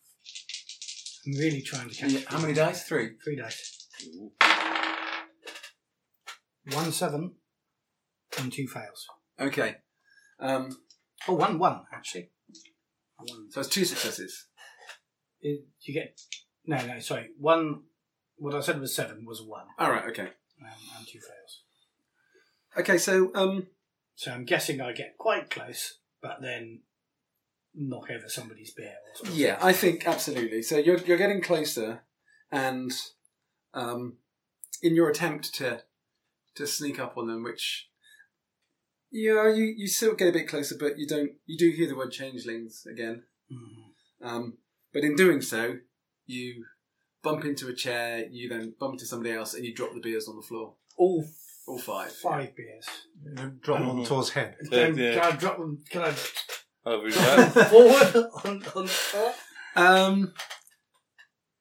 I'm really trying to catch
How many dice? Three.
Three dice. One seven and two fails.
Okay. Um,
Oh, one, one, actually. One.
So it's two successes.
Did Uh, You get. No, no, sorry. One. What I said was seven was one,
All right. Okay.
um, and two fails.
Okay. So um,
So I'm guessing I get quite close, but then knock over somebody's beer or something.
yeah, I think absolutely. So you're you're getting closer, and um, in your attempt to to sneak up on them, which yeah, you you still get a bit closer, but you don't you do hear the word changelings again.
Mhm.
Um, but in doing so, you bump into a chair, you then bump into somebody else, and you drop the beers on the floor.
All
All five.
five beers.
You know, drop it on Tor's head.
Yeah,
Can-
yeah.
Can I drop them? Can I
Over his
drop
back.
them forward on, on her?
Um,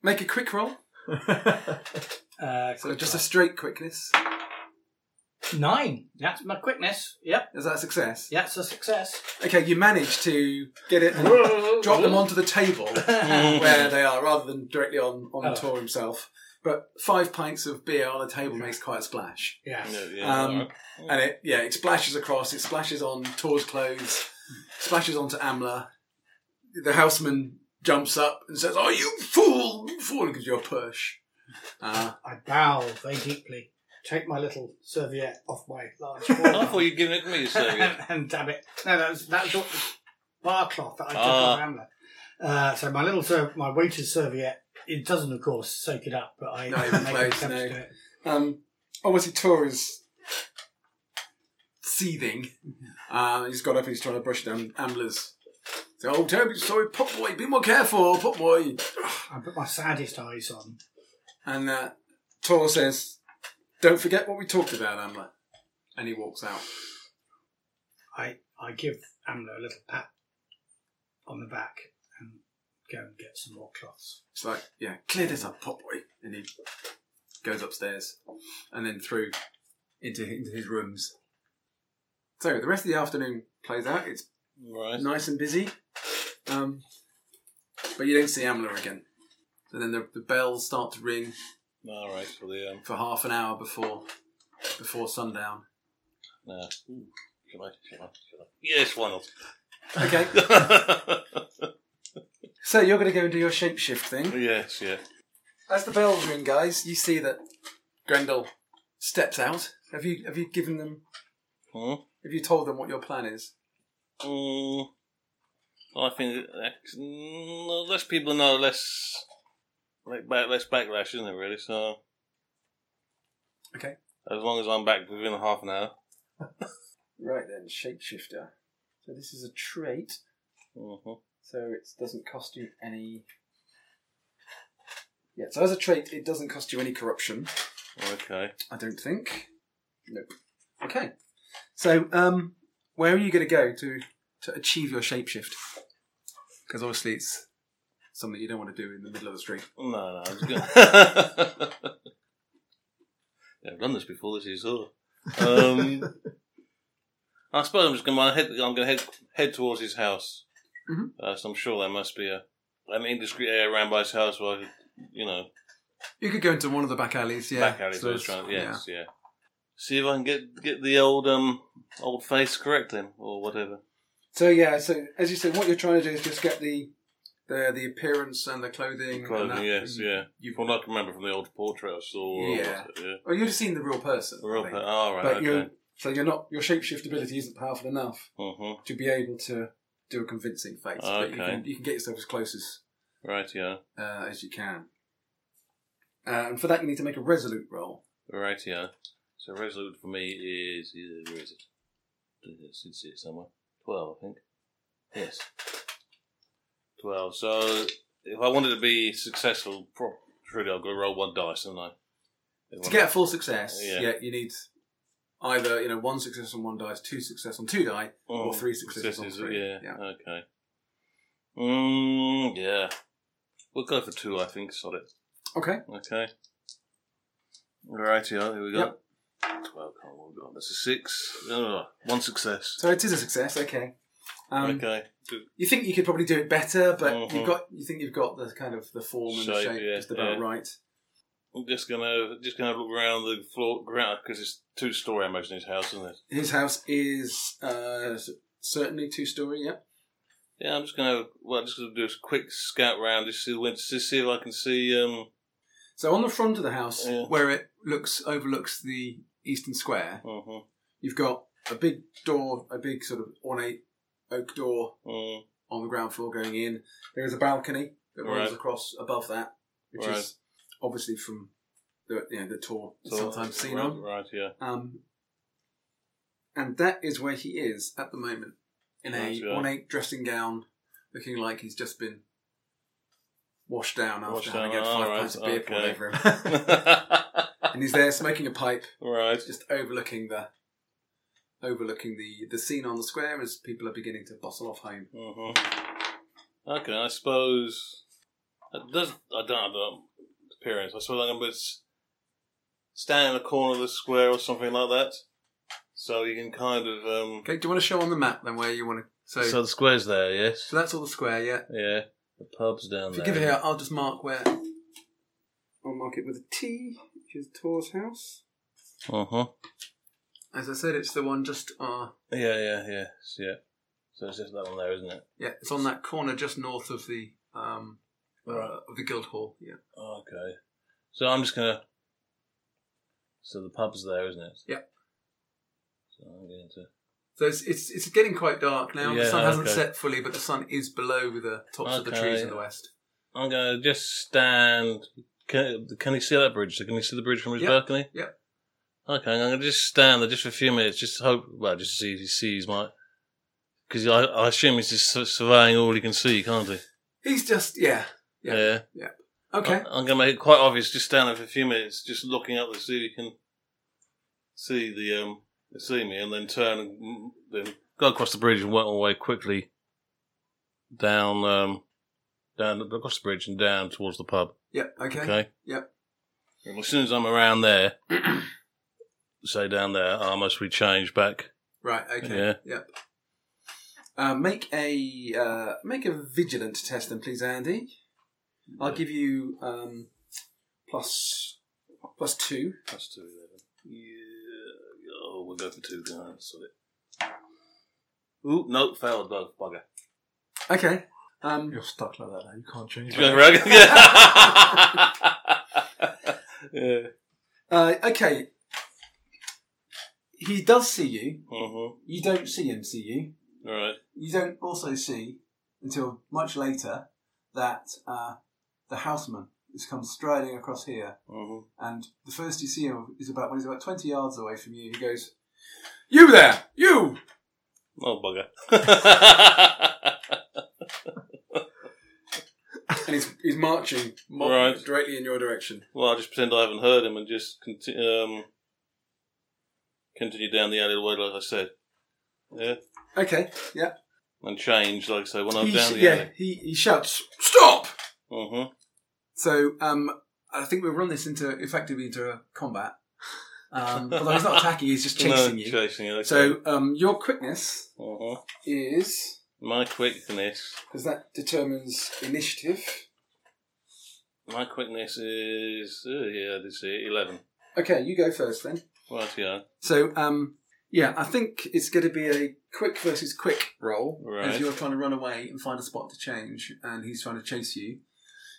make a quick roll.
Uh,
So
quick
just a
roll.
straight quickness.
nine. That's my quickness. Yep,
Is that a success?
that's a success.
Okay, you manage to get it and drop them onto the table where they are, rather than directly on on
Oh.
Tor himself. But five pints of beer on a table makes quite a splash,
Yeah.
Yeah, yeah,
Um,
alright.
and it yeah it splashes across. It splashes on Tor's clothes, splashes onto Amla. The houseman jumps up and says, "Oh, you fool! You fool!" and gives you a push. Uh,
I bow very deeply, take my little serviette off my large
I thought
forearm,
you'd given it to me, so yeah.
and, and dab it. No, that was, that was all bar cloth that I took
Ah.
off Amla. Uh, so my little serv- my waiter's serviette, it doesn't, of course, soak it up, but I
Not even
make
close,
attempts
no.
to do it.
um, obviously, Tor is seething. Uh, he's got up and he's trying to brush down Amla's. So, oh, terribly sorry, pop boy, be more careful, pop boy.
I put my saddest eyes on.
And uh, Tor says, "Don't forget what we talked about, Amla." And he walks out.
I, I give Amla a little pat on the back and go and get some more cloths.
It's like, yeah, clear this up, pop boy. And he goes upstairs and then through into, into his rooms. So the rest of the afternoon plays out. It's
Right.
nice and busy. Um, but you don't see Amla again. So then the, the bells start to ring
All right. For the um,
for half an hour before before sundown.
no. Ooh, Should I? Should I? Should I? Yes, why
Okay,
not?
so you're going to go and do your shapeshift thing.
yes, yeah.
As the bells ring, guys, you see that Grendel steps out. Have you have you given them?
Hmm?
Have you told them what your plan is?
Mm, I think that, mm, less people know, less like back, less backlash, isn't it? Really. So.
Okay.
As long as I'm back within half an hour.
Right then, shapeshifter. So this is a trait,
Mhm.
so it doesn't cost you any. Yeah, so as a trait, it doesn't cost you any corruption.
Okay.
I don't think. Nope. Okay. So, um, where are you going to go to to achieve your shapeshift? Because obviously, it's something you don't want to do in the middle of the street.
No, no. I'm just gonna... yeah, I've done this before. This is all. Um, I suppose I'm just gonna my head. I'm gonna head head towards his house.
Mhm.
Uh, so I'm sure there must be a an indiscreet area around by his house where I could, you know,
You could go into one of the back alleys. Yeah.
back alley.
So
So I was
it's-
trying. Yes, yeah. See if I can get get the old um old face correct then, or whatever.
So yeah. So as you said, what you're trying to do is just get the the the appearance and the clothing. and
Clothing,
that.
yes, yeah.
You've
Well, I can remember from the old portrait I saw. or
Yeah.
what- yeah.
Well, Oh, you'd have seen the real person.
The real
I
pe-
think.
All right.
But
okay.
you're so you're not your shapeshift ability isn't powerful enough
Mhm.
to be able to do a convincing face. But you
Okay.
can, you can get yourself as close as
Right. Yeah.
uh, as you can. Uh, and for that, you need to make a resolute roll.
Right, yeah. So resolute for me is uh, where is it? It's, it's here somewhere. Twelve, I think. Yes. Twelve. So if I wanted to be successful, pro- truly, I've got to roll one dice, haven't I?
To get a full success,
Yeah.
yeah. you need either you know one success on one dice, two success on two die, or three successes on three.
Yeah. Okay. Mm, yeah. We'll go for two, I think. Sod it.
Okay.
Okay. Right, yeah. Here we go.
Yep.
Twelve. Come on, what have we got? That's a six. Oh, one success.
So it is a success. Okay. Um,
okay.
You think you could probably do it better, but
Mhm.
you've got you think you've got the kind of the form and
Shape,
shape, shape
yeah,
just about
yeah.
right.
I'm just gonna just gonna look around the floor ground because it's two story almost in his house, isn't it?
His house is uh, Certainly, two story. Yep.
Yeah, I'm just gonna well, I'm just gonna do a quick scout round just see when to see if I can see. Um,
So on the front of the house,
Yeah.
where it looks overlooks the eastern square,
mhm,
you've got a big door, a big sort of ornate oak door
mm,
on the ground floor going in. There is a balcony that runs
Right.
across above that, which
Right.
is obviously from the you know, the tour it's
so-
sometimes seen
right,
on.
Right, yeah.
Um, and that is where he is at the moment in
Right,
a
yeah.
ornate dressing gown, looking like he's just been washed down after
Washed
having
down,
had five
alright,
pints of beer poured
okay.
over him. and he's there smoking a pipe,
right.
just overlooking the overlooking the the scene on the square as people are beginning to bustle off home.
Mhm. Mm-hmm. Okay, I suppose that does. I don't have the appearance. I suppose I'm gonna s- stand in a corner of the square or something like that, so you can kind of. Um,
Okay, do you want to show on the map then where you want to? So, so,
the square's there, yes.
that's all the square, yeah.
Yeah, the pub's down
If you give it here, I'll just mark where. I'll mark it with a T, which is Tor's house.
Uh huh.
As I said, it's the one just uh
Yeah, yeah, yeah, s- yeah. So it's just that one there, isn't it?
yeah, it's on that corner just north of the um uh, of the Guildhall. Yeah,
Okay. So I'm just gonna. So the pub's there, isn't it?
Yep.
So I'm going to.
so it's it's, it's getting quite dark now. the
Yeah,
sun hasn't
okay.
set fully, but the sun is below the tops of the
Okay.
trees in the west.
I'm gonna just stand. Can, can he see that bridge? Can he see the bridge from his
Yep,
balcony?
yep.
Okay, I'm gonna just stand there just for a few minutes, just to hope. Well, just to see if he sees my. Because I, I assume he's just sur- surveying all he can see, can't he?
He's just yeah Yeah. okay.
I, am gonna make it quite obvious. Just stand there for a few minutes, just looking up to see if he can see the um see me, and then turn and mm, then go across the bridge and work my way quickly down um down across the bridge and down towards the pub.
Yep. Okay.
Okay.
Yep.
Well, as soon as I'm around there, say down there, I must we change back.
Right. Okay.
Yeah.
Yep. Uh, make a uh, make a vigilant test, then, please, Andy. I'll give you um, plus plus two.
That's two eleven. Yeah. Oh, we'll go for two. No, sod it. Ooh, no, failed bug bugger.
Okay. Um,
You're stuck like that now. You can't change.
Going
it.
rogue? yeah. yeah.
uh, okay. He does see you.
Mhm.
You don't see him see you.
All right.
you don't also see until much later that uh, the houseman has come striding across here,
Mhm.
and the first you see him is about when he's about twenty yards away from you. He goes, "You there, you!"
Oh bugger.
And he's he's marching mo-
Right.
directly in your direction.
well, I'll just pretend I haven't heard him and just conti- um, continue down the alleyway, like I said. Yeah.
Okay, yeah.
and change, like I say, when I'm
He,
down the
yeah,
alley.
he, he shouts, "Stop!"
Mm-hmm.
So um, I think we'll run this into effectively into a combat. Um, although he's not attacking, he's just chasing you.
Chasing you. Okay.
So um, your quickness
Mhm.
is
my quickness,
because that determines initiative.
my quickness is oh, yeah, I did see it, eleven.
Okay, you go first then.
Right, yeah.
So, um, yeah, I think it's going to be a quick versus quick roll
Right.
as you're trying to run away and find a spot to change, and he's trying to chase you.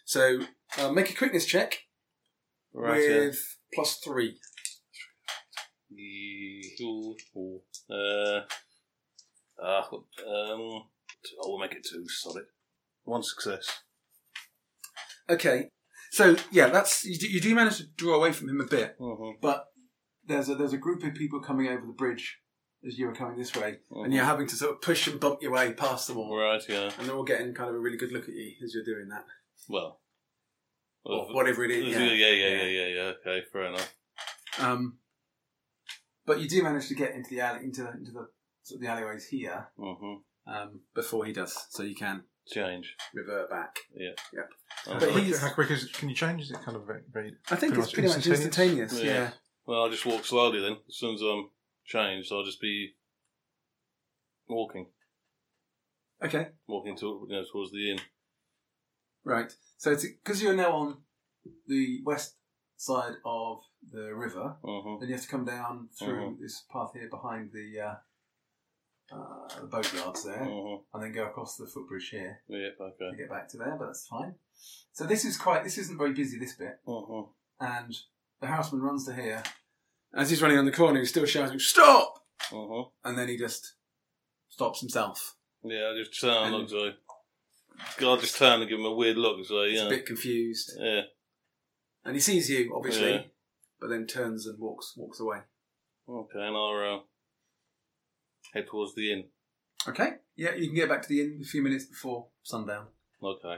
So, uh, make a quickness check
Right,
with plus three.
yeah. Ooh, ooh. Uh, ah, what- um, t- I will make it two. Solid. One success.
Okay, so yeah, that's you do, you do manage to draw away from him a bit,
Mm-hmm.
but there's a there's a group of people coming over the bridge as you were coming this way, and you're having to sort of push and bump your way past them all,
Mm-hmm. Right, yeah.
and they're all getting kind of a really good look at you as you're doing that,
Well. uh,
or whatever it is.
yeah, yeah, yeah, yeah, yeah, yeah. Okay, fair enough.
Um, but you do manage to get into the alley, into, into the sort of the alleyways here
Mm-hmm.
um, before he does, so you can
Change.
revert back.
Yeah.
Yep.
Uh-huh.
But he-
Quick- How quick is it? Can you change? Is it kind of very? very
I think
Pretty
it's
much
pretty much
instantaneous?
instantaneous.
Yeah.
Yeah.
Well, I'll just walk slowly then. As soon as I'm changed, I'll just be walking,
Okay.
walking to, you know, towards the inn.
Right. So it's because you're now on the west side of the river,
Mm-hmm.
then you have to come down through
Mhm.
this path here behind the uh, uh, the boatyards there,
Mhm.
and then go across the footbridge here
Yep,
to
okay.
get back to there. But that's fine. So this is quite. This isn't very busy. This bit,
Mhm.
and the houseman runs to here. As he's running around the corner, he's still shouting, "Stop!"
Mhm.
And then he just stops himself.
Yeah, I just turn and look
And-
to him. God, I just turn and give him a weird look. So
He's
yeah,
a bit confused.
yeah.
And he sees you, obviously,
Yeah.
but then turns and walks walks away.
Okay, and I'll uh, head towards the inn.
Okay. Yeah, you can get back to the inn a few minutes before sundown.
Okay.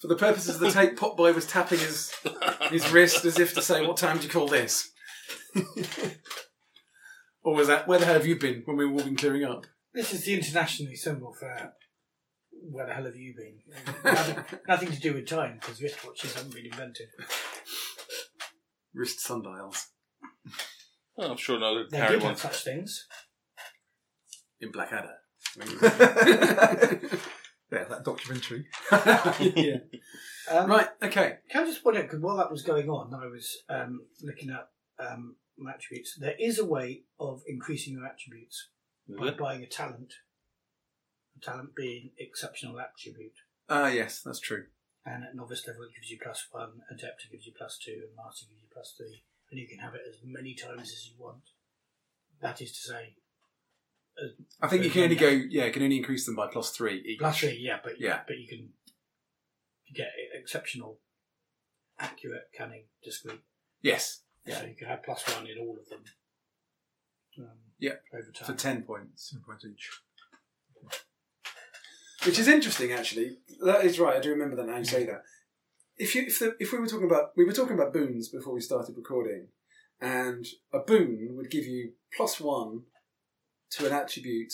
For the purposes of the tape, Potboy was tapping his his wrist as if to say, "What time do you call this?" or was that where the hell have you been when we were all been clearing up?
This is the internationally symbol for where the hell have you been? nothing, nothing to do with time because wristwatches haven't been invented.
Wrist sundials
Oh, I'm sure no
They
Harry
did have
wants.
such things.
in Blackadder.
Yeah, that documentary.
yeah.
Um,
Right. Okay.
Can I just point out, because while that was going on, I was um, looking up um, my attributes. There is a way of increasing your attributes by buying a talent. A talent being exceptional attribute.
Ah, yes, that's true.
And at novice level, it gives you plus one, adept it gives you plus two, and master gives you plus three. And you can have it as many times as you want. That is to say,
I think you can only go. Yeah, you can only increase them by plus three each.
plus three, yeah, but
Yeah.
but you can get exceptional, accurate, cunning, discreet.
Yes.
So you can have plus one in all of them. Um,
Yeah,
Over time.
For ten points.
Ten points each.
Which is interesting, actually. That is right. I do remember that now you say that. If you if, the, if we were talking about we were talking about boons before we started recording, and a boon would give you plus one to an attribute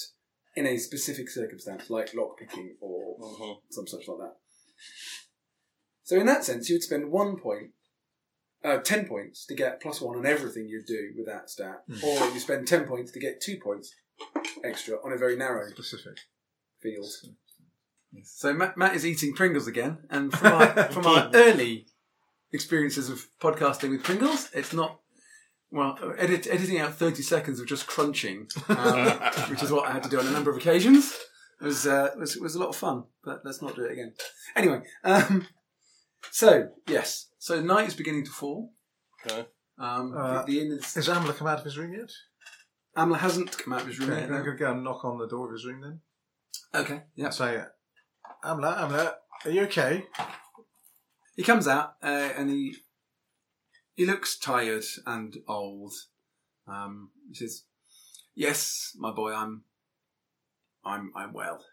in a specific circumstance, like lockpicking or
Mhm.
some such like that. So in that sense, you would spend one point, uh, ten points to get plus one on everything you do with that stat, or you spend ten points to get two points extra on a very narrow
Specific.
field. So Matt, Matt is eating Pringles again, and from our, from our early experiences of podcasting with Pringles, it's not well edit, editing out thirty seconds of just crunching, um, which is what I had to do on a number of occasions. It was uh, was was a lot of fun, but let's not do it again. Anyway, um, so yes, so night is beginning to fall.
Okay.
Um,
Uh,
the, the inn is.
Has Amla come out of his room yet?
Amla hasn't come out of his room
Okay,
yet.
I'm going
no.
to go and knock on the door of his room then.
Okay, yeah.
Say, Amla, Amla, are you okay?
He comes out uh, and he he looks tired and old. Um, he says, "Yes, my boy, I'm I'm I'm well."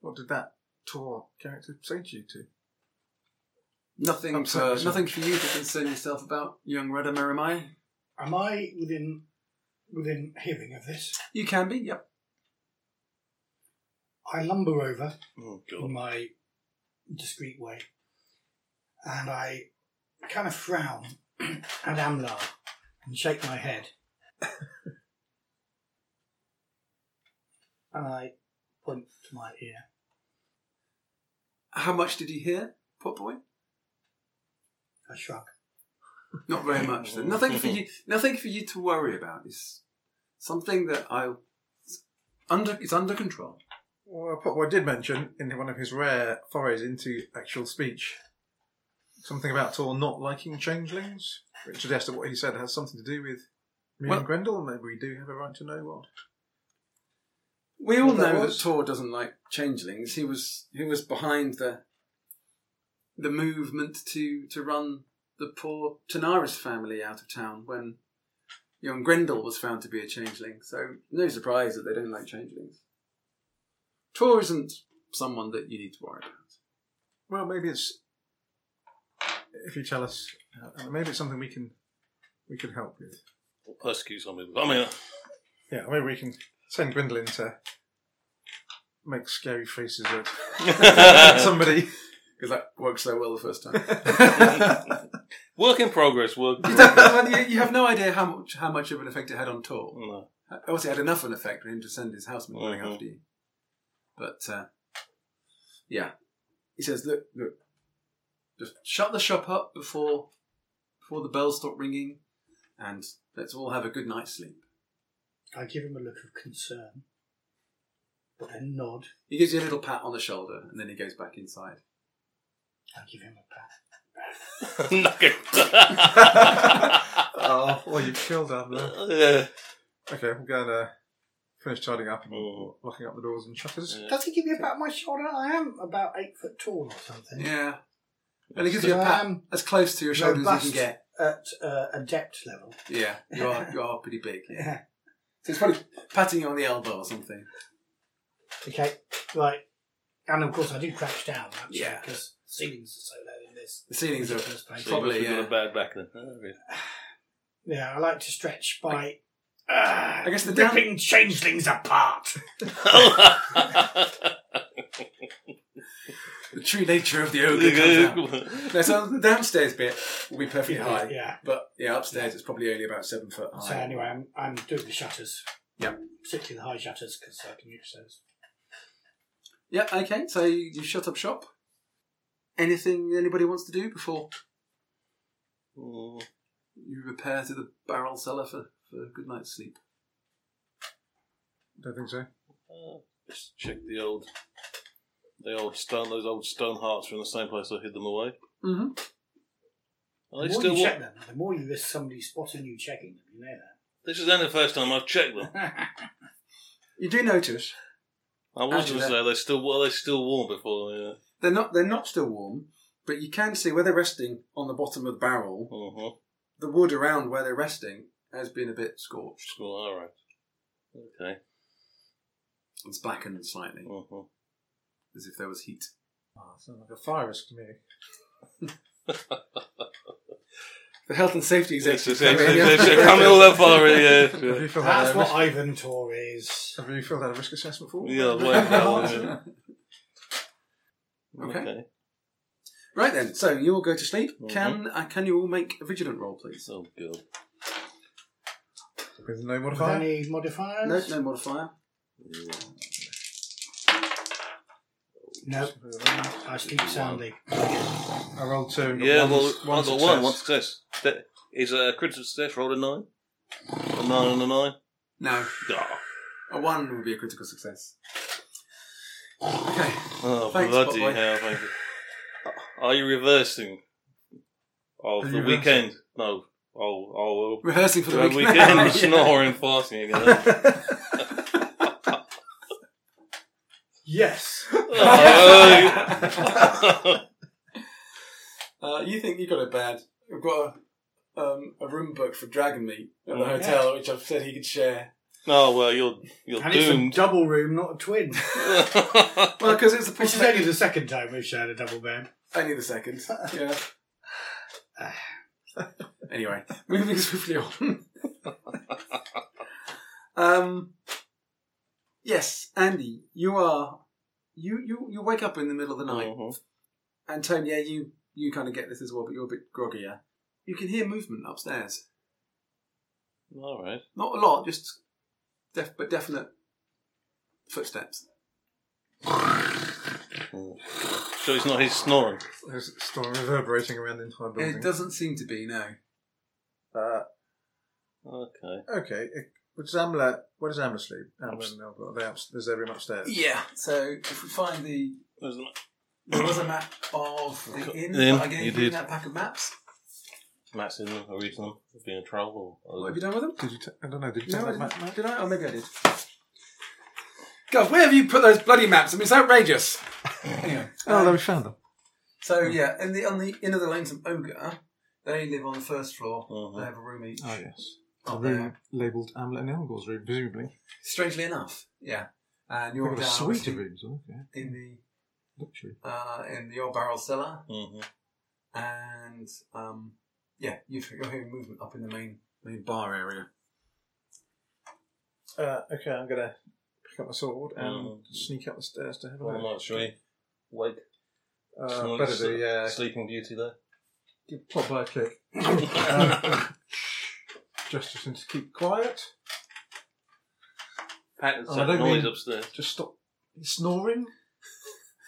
What did that Tor character say to you two?
Nothing,
I'm
for,
sorry, sir.
nothing for you to concern yourself about, young Rada Miramai.
Am I within within hearing of this?
You can be, yep.
I lumber over
Oh
in
God.
my discreet way, and I kind of frown at Amlar and shake my head, and I point to my ear.
How much did you hear, pot boy?
I shrug.
Not very much. Then. Nothing for you. Nothing for you to worry about. It's something that I under. It's under control.
Well, Potboy did mention in one of his rare forays into actual speech something about Tor not liking changelings, which suggests that what he said has something to do with me
Well-
and Grendel, and maybe we do have a right to know what.
We all
Well, that
know that
was-
Tor doesn't like changelings. He was he was behind the the movement to to run the poor Tanaris family out of town when young Grendel was found to be a changeling. So no surprise that they don't like changelings. Tor isn't someone that you need to worry about.
Well, maybe it's if you tell us, uh, maybe it's something we can we can help with.
Persecute on me. I mean,
Yeah, maybe we can send Grendel in to make scary faces at
uh,
somebody.
Because that worked so well the first time.
work in progress. Work.
you, don't- well, you- you have no idea how much how much of an effect it had on Tor.
No.
Obviously, it had enough of an effect for him to send his houseman running
Mhm.
after you. But uh, yeah, he says, "Look, look, just shut the shop up before before the bells stop ringing, and let's all have a good night's sleep."
I give him a look of concern, but a nod.
He gives you a little pat on the shoulder, and then he goes back inside.
I give him a pat.
Nugget.
Oh, well, you've killed Abner.
Yeah.
Okay, we're going to finish tidying up and
Oh.
locking up the doors and shutters.
Yeah.
Does he give you a pat on my shoulder? I am about eight foot tall or something.
Yeah. And he gives you a pat
Um,
as close to your shoulder as you
robust
can get.
at uh, adept level.
Yeah, you are, you are pretty big. Yeah.
Yeah.
So it's probably patting you on the elbow or something.
Okay, right. And of course, I do crouch down. Actually,
Yeah.
Because ceilings are so low in this.
The ceilings are
First place.
probably,
Must have
yeah.
got a bad back then. Oh, really?
Yeah, I like to stretch by. Uh,
I guess the down-
ripping changelings apart.
the true nature of the ogre comes out. No, so the downstairs bit will be perfectly
Yeah,
high.
yeah.
But yeah, upstairs it's probably only about seven foot high.
So anyway, I'm, I'm doing the shutters.
Yep.
Particularly the high shutters because I can use those.
Yeah, okay. So you you shut up shop. Anything anybody wants to do before
Mm.
you repair to the barrel cellar for, for a good night's sleep?
Don't think so.
Uh, just check the old, the old stone. Those old stone hearts are in the same place I hid them away.
Mm-hmm.
Are
The
they
more
still?
you
wa-
check them, the more you risk somebody spotting you checking them. You know that.
This is only the first time I've checked them.
You do notice
I was
Actually,
going to say they still. Well, they still warm before. uh, Yeah.
they're not they're not still warm, but you can see where they're resting on the bottom of the barrel.
Uh-huh.
The wood around where they're resting has been a bit scorched.
Well, all right. Okay.
It's blackened slightly,
Uh-huh.
as if there was heat.
Oh, sounds like a fire risk to me.
The health and safety
It's,
executive.
it's,
came in.
coming all that far, really.
Have
Yeah.
you filled
That's
uh,
out a
what
risk,
Ivan Tor is.
have you filled out a risk assessment form?
Yeah, I'll wait for that one, yeah.
Okay. Right then, so you all go to sleep. Can uh, can you all make a vigilant roll, please?
Oh god.
With no
With
modifier.
any modifiers?
No, no modifier.
No. I sleep soundly.
I rolled two. and got
Yeah,
one-
well,
one
I got
success.
one, one success. That is a critical success. Rolled a nine. A nine and a nine.
No,
Ah,
a one would be a critical success. Okay.
Oh,
Thanks,
bloody
Popeye.
hell! Thank you. Are you reversing? Of
Are
the
you
weekend? No. Oh, oh, oh.
Rehearsing for the
The
weekend.
weekend snoring, farting again.
Yes.
Oh,
Uh, you think you got it bad? I've got a, um, a room book for Dragon Meat at the
Oh,
hotel, which I've said he could share.
no, well, you're you're
And it's a
doomed.
double room, not a twin.
Well, because it's a
Which is only the second time we've shared a double bed.
only the second. Yeah. anyway, moving swiftly on. um, yes, Andy, you are you you you wake up in the middle of the night,
Mhm.
and Tony, yeah, you you kind of get this as well, but you're a bit groggier. You can hear movement upstairs.
All right.
Not a lot, just def- but definite footsteps.
So it's not his snoring.
There's a storm reverberating around the entire building.
It doesn't seem to be, no.
Uh,
Okay.
okay. It, which is Amla, where does Amla sleep? Amla
Ups-
and Melba. Are they ups- there's their room upstairs.
Yeah. So if we find the
There's a
there was a map of the inn
The inn,
that I
you
gave
did.
you that pack of maps.
Matt's in them. I read them. Being a troll.
What
Or,
have you done with them?
Did you? T- I don't know. Did you
No,
take
I
that map?
didn't. did I? Oh, maybe I did. God, where have you put those bloody maps? I mean, it's outrageous. anyway,
Oh, no, we found them.
so yeah, in the on the inn of the lonesome ogre, they live on the first floor.
Mhm.
They have a room each.
Oh yes. A
up
room
there.
labelled Amla and Elgor's room, presumably.
Strangely enough, yeah. And
We've
you're
got a
down
suite of
in-
rooms. Okay.
in the
Luxury.
uh, in the old barrel cellar,
hmm
and um, yeah, you- you're hearing movement up in the main main bar area.
Uh, okay, I'm gonna pick up my sword and
Hmm.
Mm.
sneak up the stairs to have a
Well,
look.
not should we wake?
Uh,
Snoring
better
sl-
be. Yeah.
Sleeping Beauty there.
Give pop by a kick. um, just to since keep quiet.
Pat and
Oh, I
that
don't
noise
mean-
upstairs.
Just stop snoring.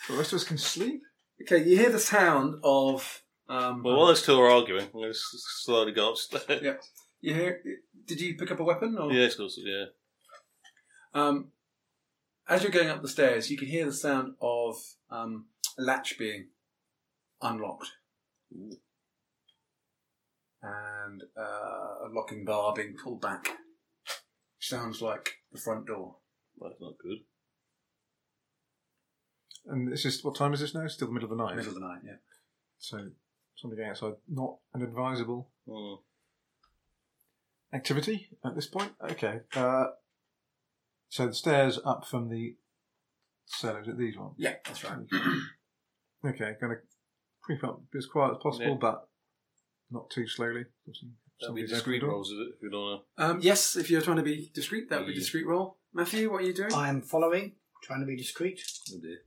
The rest of us can sleep.
Okay, you hear the sound of um,
Well, while those two are arguing, I'm going to slowly go upstairs.
yeah, you hear. Did you pick up a weapon? Or?
Yeah, it's course, yeah.
Um, as you're going up the stairs, you can hear the sound of um, a latch being unlocked. And uh, a locking bar being pulled back. Sounds like the front door.
That's not good.
And it's just, what time is this now? Still the middle of the night.
Middle of the night, yeah.
So, somebody going outside, not an advisable
Mm.
activity at this point. Okay. Uh, so the stairs up from the cellars at these ones.
Yeah, that's right.
Okay, going to creep up as quiet as possible,
Yeah.
but not too slowly. Obviously,
That'd be
somebody's opened
discreet
the door.
rolls of it if you don't know.
Um, yes, if you're trying to be discreet, that would be
Yeah.
discreet roll. Matthew, what are you doing?
I am following, trying to be discreet,
Oh dear.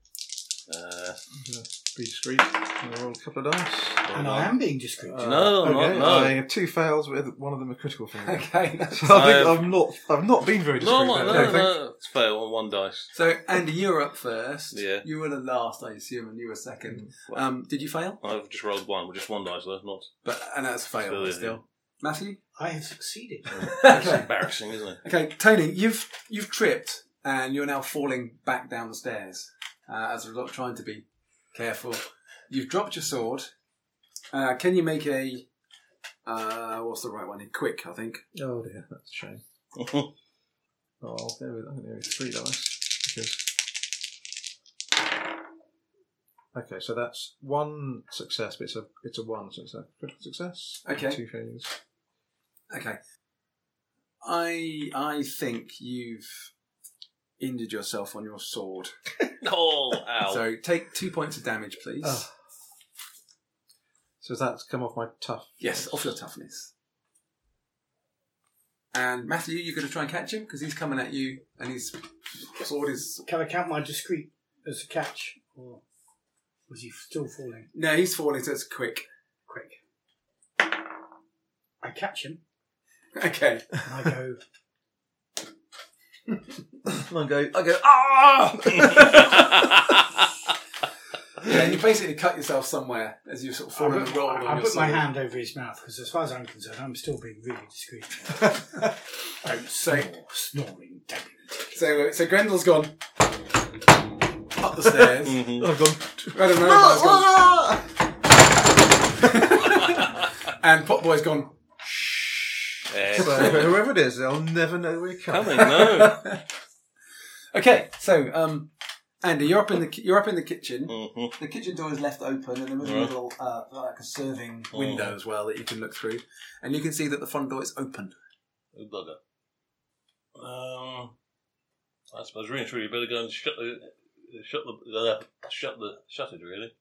Uh,
I'm gonna Be discreet. I'm gonna roll a couple of dice.
and I am being discreet.
Uh,
No, I'm Oh, not- no.
I have two fails with one of them a critical failure.
Okay. that's-
So I think
I've-
I've not, I've not been very discreet.
Um, No, no,
I
no,
don't
no,
think.
no. It's fail on one dice.
So, Andy, you were up first.
Yeah. Mm,
You were the last, I assume, and you were second. Um, did you fail?
I've just rolled one, with just one dice though, not.
But and that's a fail
Still,
still.
yeah.
Matthew.
I have succeeded.
That's embarrassing, isn't it?
Okay, Tony, you've you've tripped and you're now falling back down the stairs uh, as a result of trying to be careful. You've dropped your sword. Uh, can you make a uh, what's the right one? here? Quick, I think.
Oh dear, that's a shame. Oh, I'll go with, I'm going to go with three dice. Because... Okay, so that's one success, but it's a it's a one success. Critical success. and
Okay.
Two failures.
Okay. I I think you've injured yourself on your sword.
oh, ow.
So take two points of damage, please.
Ah. So that's come off my tough.
Yes, off your toughness. And Matthew, you're going to try and catch him because he's coming at you, and his sword is
Can I count my discreet as a catch, or was he still falling?
no, he's falling, so it's quick.
Quick. I catch him,
Okay,
and I go,
Come on, go.
I go ah. yeah, you basically cut yourself somewhere as you sort of fall
I
and
put,
roll.
I-
on
I
your
put my
sword.
hand over his mouth because, as far as I'm concerned, I'm still being really discreet. Don't
So-
snore, snoring deputy.
So, uh, so Grendel's gone up the stairs.
Mhm.
I've Oh, gone.
Red and Rose's gone. and Potboy's gone.
Eh,
So whoever it is, they'll never know we're
Coming,
coming.
no.
Okay, so um, Andy, you're up in the ki- you're up in the kitchen.
Mm.
Mhm.
The kitchen door is left open, and there is a
Right.
little uh, like a serving
Mm.
window as well that you can look through, and you can see that the front door is open.
Oh, bugger. Um, I suppose really, and truly, you better go and shut the, shut the, uh, shut the, shut it really.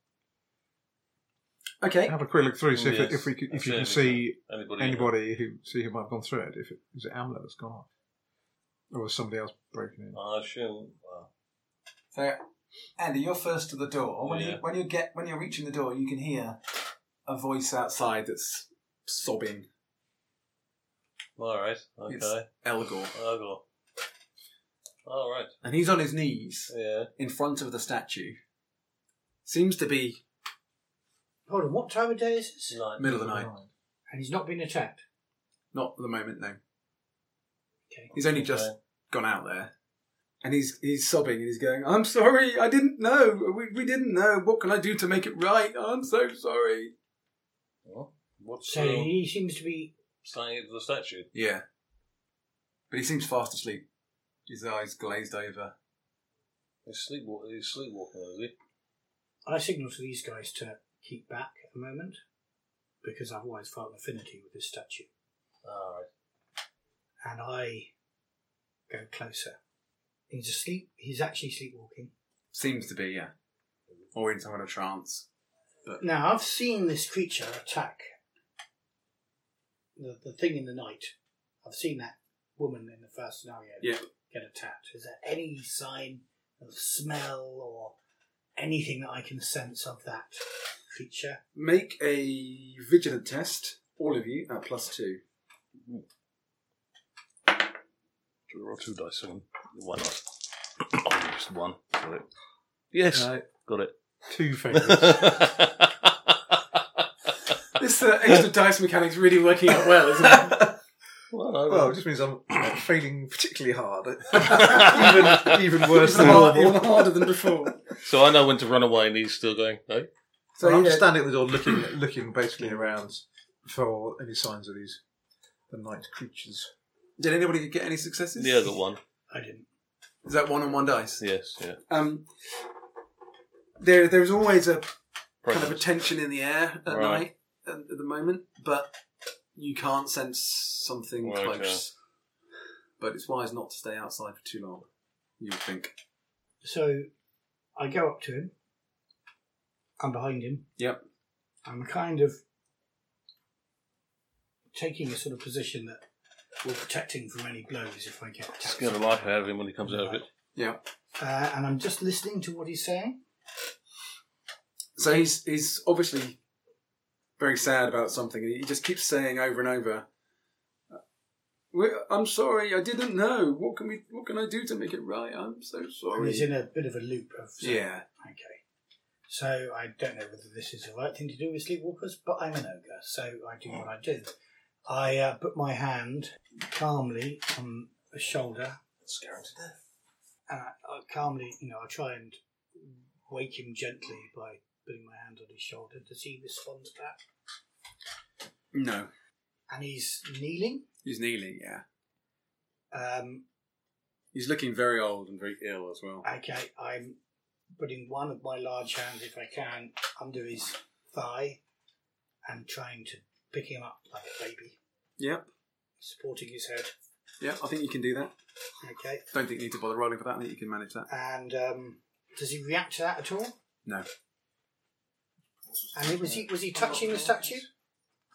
Okay,
Have a quick look through, see if,
Yes,
if we could, if
that's
you can
it.
see
Anybody?
anybody who see who might have gone through it. If it is it Amlet that's gone off, or was somebody else broken in?
I assume. Well,
so Andy, you're first to the door. When you
Yeah.
when you get when you're reaching the door, you can hear a voice outside that's sobbing.
all right. Okay.
It's Elgor,
I'll go. All right.
and he's on his knees
Yeah.
in front of the statue. Seems to be
Hold on, what time of day is this?
Nine.
middle of the night.
And he's not been attacked.
Not at the moment, no.
Okay.
He's only just gone out there, and he's he's sobbing and he's going, "I'm sorry, I didn't know. We, we didn't know. What can I do to make it right? I'm so sorry."
Well, What's
So
so,
he seems to be.
standing at the statue?
Yeah, but he seems fast asleep. His eyes glazed over.
He's sleepwalking. He's sleepwalking, is he?
I signal to these guys to keep back a moment because I've always felt an affinity with this statue.
All right.
and I go closer. He's asleep. He's actually sleepwalking.
Seems to be yeah, or in some kind of trance.
Now I've seen this creature attack the, the thing in the night. I've seen that woman in the first scenario
Yeah.
get attacked. Is there any sign of smell or anything that I can sense of that creature?
Make a vigilant test, all of you at plus two.
Do we roll two dice? Soon? Why not? oh, just one. Got it. Yes.
No,
Got it.
two fingers.
I
This uh, extra dice mechanic's really working out well, isn't it?
Well, I
Well, it just means I'm uh, failing particularly hard. even, even worse than
Hard-
normal.
even harder than before.
so I know when to run away, and he's still going. No?
So I'm
yeah.
just standing at the door looking, looking basically around for any signs of these the night creatures.
Did anybody get any successes?
Yeah, I got one.
I didn't.
Is that one on one dice?
Yes, yeah.
Um, there, there's always a kind of a
Presence.
tension in the air at
Right.
night at, at the moment, but you can't sense something
Right,
close. But it's wise not to stay outside for too long. You would think.
So I go up to him. I'm behind him.
Yep.
I'm kind of taking a sort of position that will protect him from any blows if I get attacked.
Scared the life out of him when he comes out of it.
Yeah.
Uh, and I'm just listening to what he's saying.
So he's he's obviously very sad about something. He just keeps saying over and over, "Uh, "We- "I'm sorry, I didn't know. What can we? What can I do to make it right? I'm so
And
sorry."
he's in a bit of a loop of
yeah,
Okay. So I don't know whether this is the right thing to do with sleepwalkers, but I'm an ogre, so I do what I do. I uh, put my hand calmly on the shoulder. And I, I calmly, you know, I try and wake him gently by putting my hand on his shoulder. Does he respond to that?
no,
And he's kneeling.
he's kneeling. Yeah,
Um,
he's looking very old and very ill as well.
okay, I'm putting one of my large hands, if I can, under his thigh and trying to pick him up like a baby.
Yep,
supporting his head.
yep. I think you can do that.
Okay.
Don't think you need to bother rolling for that. I think you can manage that.
And um, does he react to that at all?
No.
And was he was he touching the statue?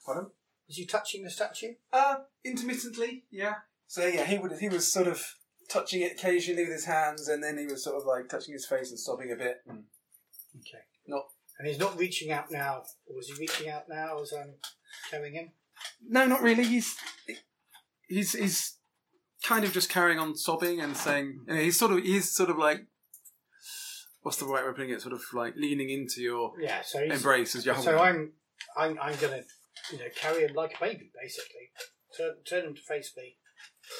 Pardon?
Was he touching the statue?
Uh, intermittently, yeah. So yeah, he would he was sort of touching it occasionally with his hands, and then he was sort of like touching his face and sobbing a bit.
Okay.
No.
And he's not reaching out now. Or was he reaching out now as I'm carrying him?
No, not really. He's he's he's kind of just carrying on sobbing and saying you know, he's sort of he's sort of like what's the right way of putting it? Sort of like leaning into your
Yeah. So he's,
embrace as you're holding.
so I'm I'm I'm gonna you know carry him like a baby basically. Turn turn him to face me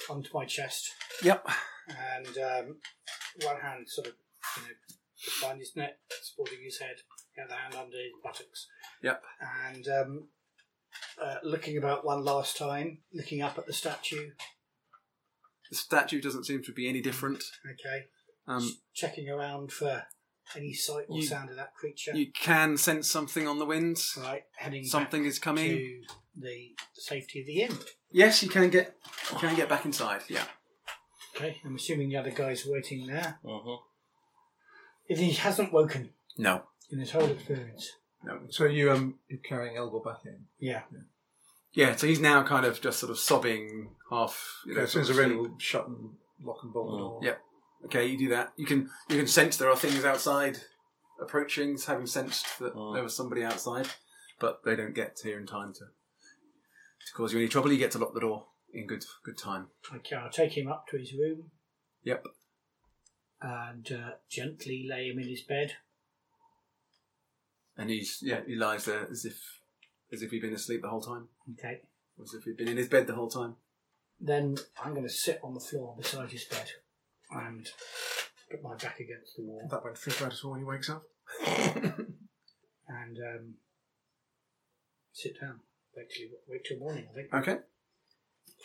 onto my chest
Yep.
and um, one hand sort of you know behind his neck, supporting his head, the other hand under his buttocks.
Yep.
and um, uh, looking about one last time, looking up at the statue.
The statue doesn't seem to be any different.
Okay,
Um,
checking around for any sight or
You-
sound of that creature.
you can sense something on the wind.
right, heading
Something
back
is coming.
to the safety of the inn.
Yes, you can get you can get back inside. Yeah.
Okay, I'm assuming the other guy's waiting there.
Mhm.
If he hasn't woken
No.
in his whole experience,
So you um you're carrying Elgor back in.
yeah,
Yeah, so he's now kind of just sort of sobbing, half. You know,
as soon as I
sort of
really
asleep. Mm.
will shut and lock and bolt the door.
Yeah. Okay, you do that. You can you can sense there are things outside approaching, having sensed that
Mm.
there was somebody outside, but they don't get here in time to to cause you any trouble. You get to lock the door in good good time.
okay, I'll take him up to his room.
Yep.
and uh, gently lay him in his bed.
And he's yeah he lies there as if as if he'd been asleep the whole time,
Okay.
or as if he'd been in his bed the whole time.
Then I'm going to sit on the floor beside his bed and put my back against the wall
That won't freak out at all when he wakes up.
and um, sit down. Wait till, wait till morning, I think.
Okay.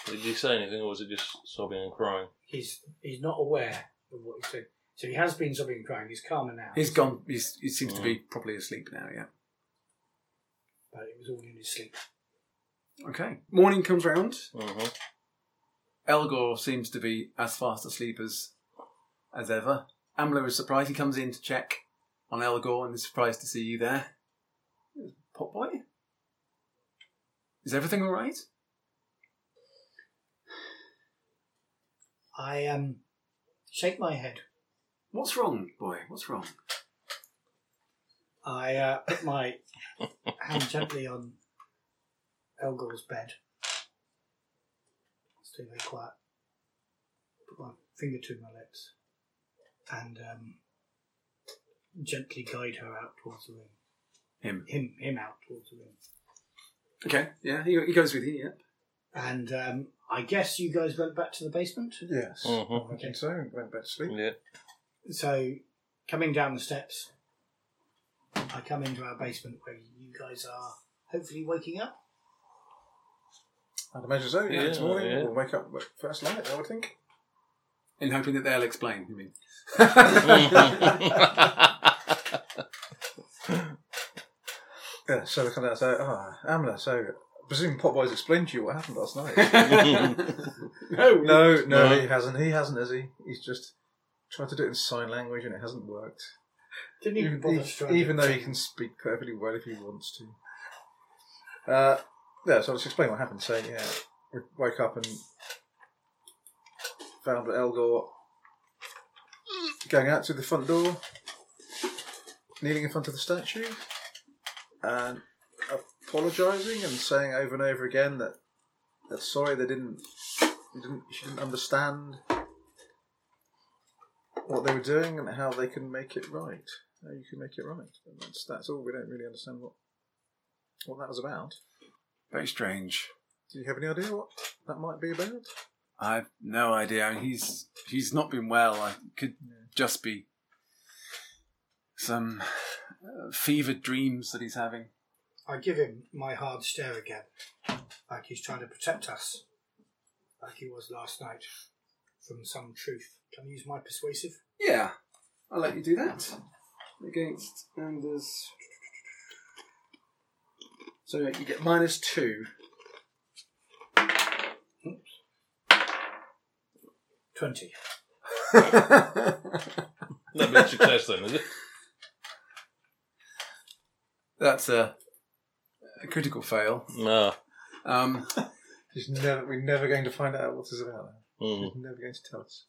Did he say anything, or was it just sobbing and crying?
He's he's not aware of what he's doing. So he has been sobbing and crying. He's calmer now.
He's gone. He's, he seems to be probably asleep now. Yeah.
But it was all in his sleep.
Okay. Morning comes round.
hmm
Elgor seems to be as fast asleep as as ever. Amlo is surprised. He comes in to check on Elgor and is surprised to see you there. Pop boy, is everything all right?
I um, shake my head.
What's wrong, boy? What's wrong?
I uh, put my hand gently on Elgor's bed. Stay very quiet. Put my finger to my lips and um, gently guide her out towards the room.
Him.
Him, him out towards the room.
Okay. Yeah, he, he goes with you. Yeah.
And um, I guess you guys went back to the basement.
Yes.
Mhm.
I think so. Went back to sleep.
Yeah.
So, coming down the steps, I come into our basement where you guys are hopefully waking up.
I'd imagine so. Yeah,
Yeah,
this morning
yeah.
we'll wake up at first light. I would think.
In hoping that they'll explain, you mean?
Yeah. So they come down and say, "Ah, Amla." So I presume Potboy's explained to you what happened last night.
No,
no, no,
No.
he hasn't. He hasn't, has he? He's just tried to do it in sign language and it hasn't worked.
Didn't even
Even,
bother
e-
to try and
even
do
though
it.
he can speak perfectly well if he wants to. Uh, yeah, so I'll just explain what happened. Saying, yeah, we woke up and found Elgor going out through the front door, kneeling in front of the statue, and apologising and saying over and over again that they're sorry they didn't, they didn't, she didn't understand what they were doing and how they can make it right. How you can make it right. And that's that's all. We don't really understand what what that was about.
Very strange.
Do you have any idea what that might be about?
I've no idea. I mean, he's he's not been well. I could just be some uh, fevered dreams that he's having.
I give him my hard stare again, like he's trying to protect us, like he was last night, from some truth. Can I use my persuasive?
Yeah, I'll let you do that against Anders. So you get minus two.
20.
That'd be a success then, is it?
That's a, a critical fail.
No.
Um,
She's never, we're never going to find out what this is about.
Mm.
She's never going to tell us.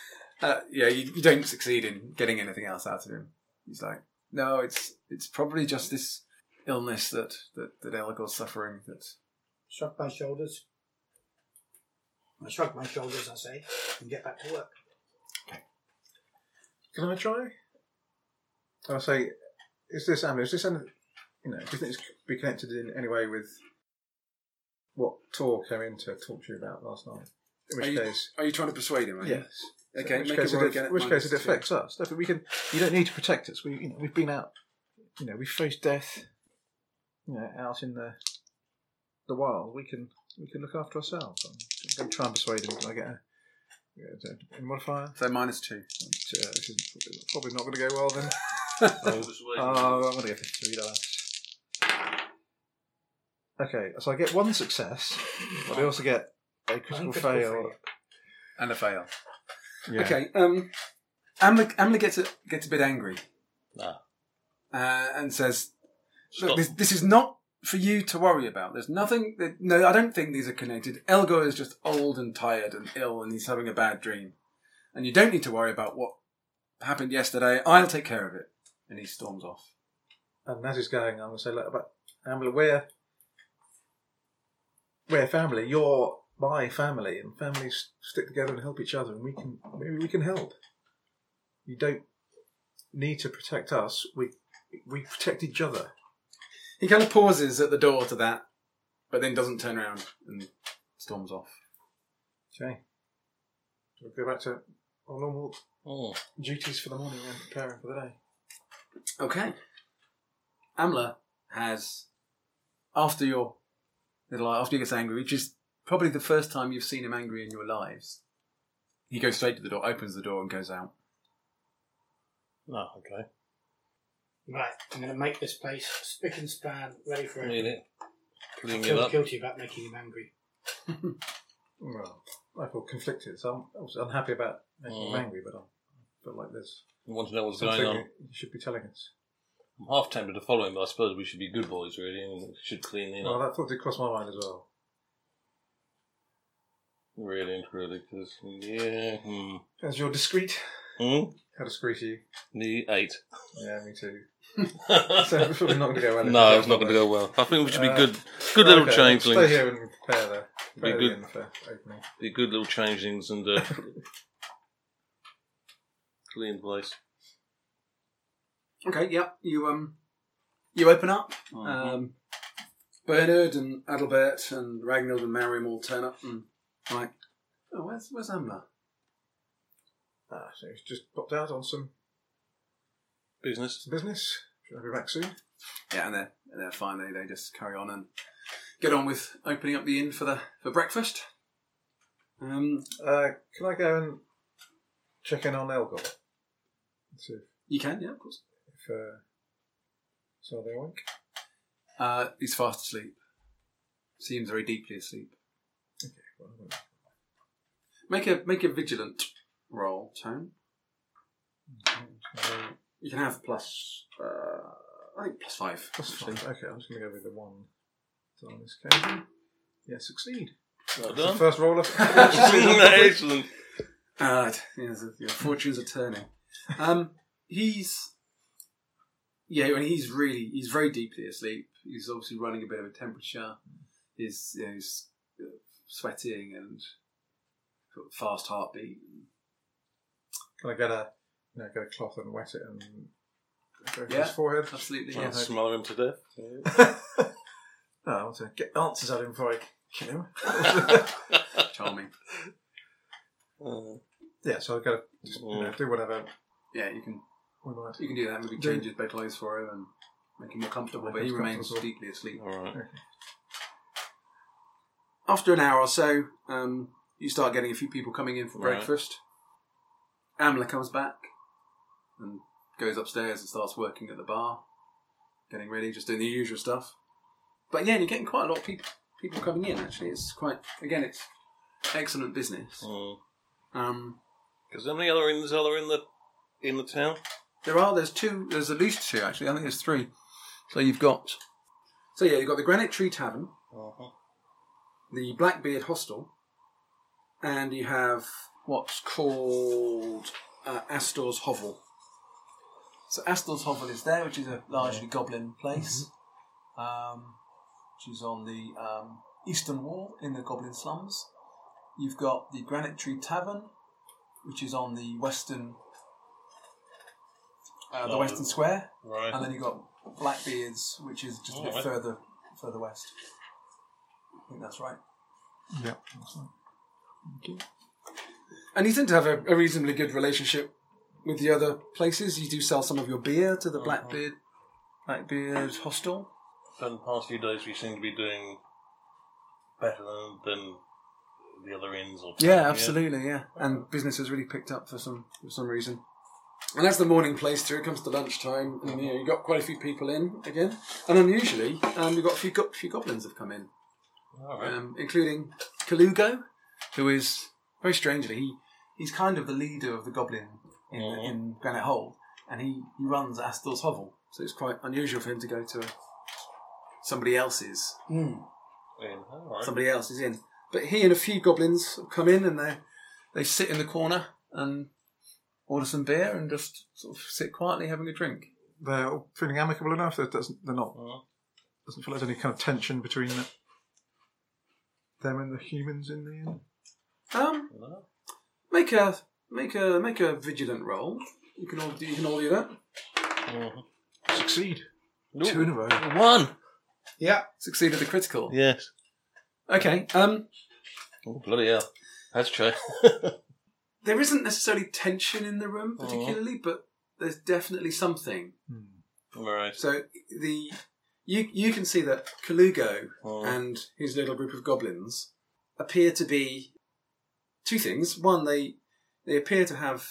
uh, yeah, you, you don't succeed in getting anything else out of him. He's like, no, it's it's probably just this illness that that, that Elagor's suffering. That
Shrug my shoulders. I shrug my shoulders, I say, and get back to work.
Can I try? I say, is this Amber? Is this any, you know? Do you think it's be connected in any way with what Tor came in to talk to you about last night? In which
Are you-
case,
Are you trying to persuade him? are you?
yes.
Okay.
In which
make
case,
a
it,
roll
aff-
again at
which
minus
case it
two.
affects us. No, but we can. You don't need to protect us. We, you know, we've been out. You know, we faced death. You know, out in the the wild, we can we can look after ourselves. I'm going to try and persuade him. Can I get a, get a- a modifier?
So minus two.
Uh, this is probably not going to go well then.
Uh,
Oh, I'm going to go for three dice. Okay, so I get one success, but I also get a
critical
critical fail.
And a fail.
Yeah.
Okay. Um, Amla, Amla gets a, gets a bit angry
Ah.
uh, and says, "Look,
Stop.
this, this is not for you to worry about. There's nothing. That, no, I don't think these are connected. Elgo is just old and tired and ill, and he's having a bad dream. And you don't need to worry about what happened yesterday. I'll take care of it." And he storms off.
And as he's going, I'm going to say, look, but Amber, we're, we're family. You're my family, and families stick together and help each other, and we can maybe we can help. You don't need to protect us. We we protect each other.
He kind of pauses at the door to that, but then doesn't turn around and storms off.
Okay. So we'll go back to our normal
mm.
duties for the morning and preparing for the day.
Okay. Amla has, after your little, after he gets angry, which is probably the first time you've seen him angry in your lives, he goes straight to the door, opens the door, and goes out.
No, okay.
Right, I'm going to make this place spick and span, ready for
I need
everything.
it. Clean it
Feel
up.
guilty about making him angry.
Well, I feel conflicted. So I'm obviously unhappy about making him
Mm.
angry, but I feel like there's
You want to know what's going
something
on.
you should be telling us.
I'm half tempted to follow him, but I suppose we should be good boys, really, and we should clean it
Well,
up,
that thought did cross my mind as well.
really and truly, because, yeah, hmm.
As you're discreet.
Hmm?
How discreet are you?
The eight.
Yeah, me too. So
no,
it's probably not going to go well.
it's not going to go well. I think we should be good, good little
Uh, Okay, Stay
changelings.
here and prepare the, prepare
good.
the inn for opening.
Be good little changelings and uh, clean place.
Okay, yep. You um, you open up. Um, Bernard and Adalbert and Ragnar and Mariam all turn up and I'm like, oh, where's where's Amber?
Ah, so he's just popped out on some,
Business.
some business. Should I be back soon?
Yeah, and they're and they're fine. They they just carry on and get on with opening up the inn for the for breakfast. Um,
Uh, can I go and check in on Elgor? See if,
you can, yeah, of course.
if uh, so they awake.
Uh, he's fast asleep. Seems very deeply asleep.
Well, I won't.
Make a make a vigilant roll, Tone. You can have plus, uh, I think plus five.
That's fine.
actually.
Okay, I'm just going to go with the one on this occasion. Yeah, succeed.
Well
That's the
done.
first roll of.
Excellent.
Ah, it- yes, it- your fortunes are turning. Um, he's yeah, well, he's really he's very deeply asleep. He's obviously running a bit of a temperature. He's you know, he's uh, sweating and sort of fast heartbeat.
Can I get a, you know, get a cloth and wet it and go over
Yeah.
his forehead?
Absolutely,
Trying to
yes.
smother him to death.
No, I want to Oh, get answers out of him before I kill him.
charming.
Uh,
yeah, so I've got to just, you
Oh.
know, do whatever
Yeah, you can
we might.
you can do that. Maybe change his bedclothes for him and make him more comfortable. But he remains deeply asleep.
all right.
after an hour or so, um, you start getting a few people coming in for
Right.
breakfast. Amla comes back and goes upstairs and starts working at the bar, getting ready, just doing the usual stuff. But yeah, you're getting quite a lot of people people coming in. Actually, it's quite again, it's excellent business.
Because
Um,
Hmm. how many other inns are there in the in the town?
there are there's two there's at least two actually. I think there's three. So you've got so yeah you've got the Granite Tree Tavern, the Blackbeard Hostel, and you have what's called uh, Astor's Hovel. So Astor's Hovel is there, which is a largely goblin place, um, which is on the um, eastern wall in the goblin slums. You've got the Granite Tree Tavern, which is on the western, uh, the
Oh.
western square,
Right.
and then you've got Blackbeard's, which is just a bit
Alright.
further further west. I think that's right.
Yeah.
And you seem to have a, a reasonably good relationship with the other places. You do sell some of your beer to the Blackbeard Blackbeard Hostel.
And the past few days, we seem to be doing better than, than the other inns. Or
Yeah, absolutely, yeah. And business has really picked up for some for some reason. And as the morning plays through, it comes to lunchtime, and you know, you've got quite a few people in again. And unusually, um, you've got a few, go- few goblins have come in.
All right.
um, including Kalugo, who is very strangely he he's kind of the leader of the goblin in, the-
Mhm.
in Granite Hole, and he, he runs Astor's hovel, so it's quite unusual for him to go to a, somebody else's
Hmm. In. All right.
somebody else's inn. But he and a few goblins come in and they they sit in the corner and order some beer and just sort of sit quietly having a drink.
They're all feeling amicable enough. There doesn't, they're not.
Mhm.
Doesn't feel like there's any kind of tension between them and the humans in the inn.
Um,
No.
make a make a make a vigilant roll. You can all do, you can all do that.
Mhm.
Succeed. Two in a row.
One.
Yeah.
Succeeded the critical.
Yes.
Okay. Um,
Oh, bloody hell. That's true.
there isn't necessarily tension in the room particularly, but there's definitely something.
All right.
So the you you can see that Kalugo
Oh.
and his little group of goblins appear to be two things. One, they they appear to have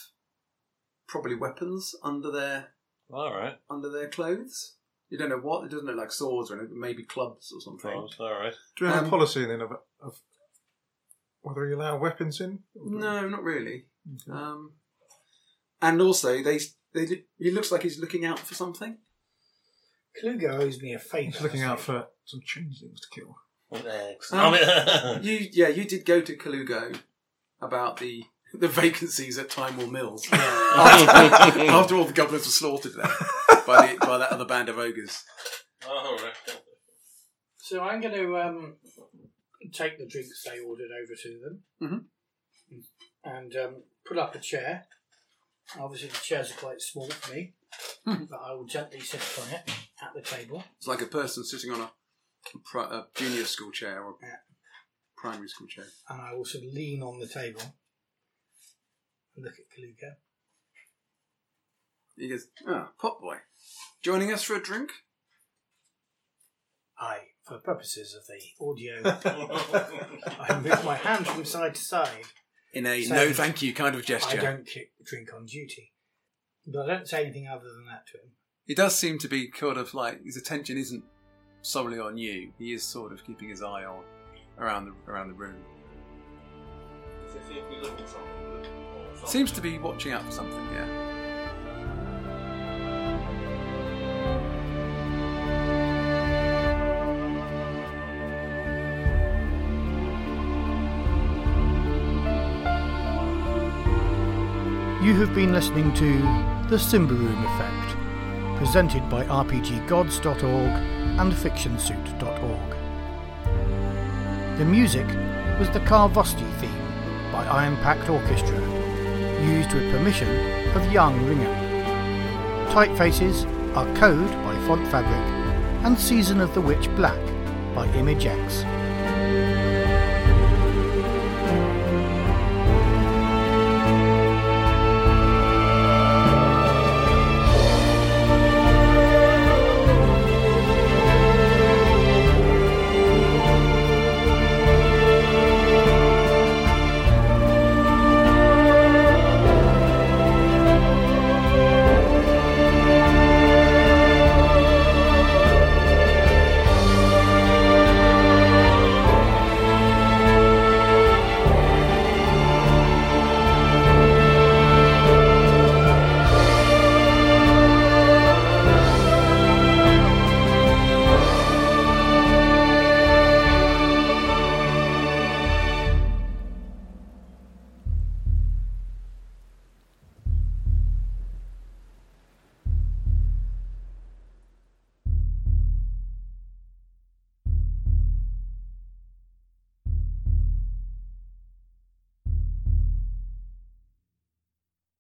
probably weapons under their
All right.
under their clothes. You don't know what. It doesn't look like swords or anything. Maybe clubs or something.
All right.
Do we have
Um,
a policy then of, of whether you allow weapons in?
No, not really. Um, and also, they they do- it looks like he's looking out for something.
Kluger owes me a favour.
He's looking out for some changelings to kill.
Excellent. I mean,
You yeah, you did go to Kalugo about the the vacancies at Timewall Mills after, after all the goblins were slaughtered there by the by that other band of ogres.
all right.
So I'm going to um, take the drinks they ordered over to them
Mhm.
and um, put up a chair. Obviously, the chairs are quite small for me, but I will gently sit on it at the table.
It's like a person sitting on a pri- a junior school chair or
Yeah.
primary school chair.
and I also lean on the table and look at Kaluka.
He goes, ah, Pop Boy, joining us for a drink?
I, for purposes of the audio, I move my hand from side to side.
In a
So-
no thank you kind of
I
gesture.
don't kick, drink on duty. But I don't say anything other than that to him.
He does seem to be kind of like, his attention isn't solely on you. He is sort of keeping his eye on around the, around the room. Seems to be watching out for something, yeah.
You have been listening to The Simba Room Effect, presented by RPGgods.org and FictionSuit.org. The music was the Carvosti theme by Iron Pact Orchestra, used with permission of Young Ringer. Typefaces are Code by Font Fabric and Season of the Witch Black by ImageX.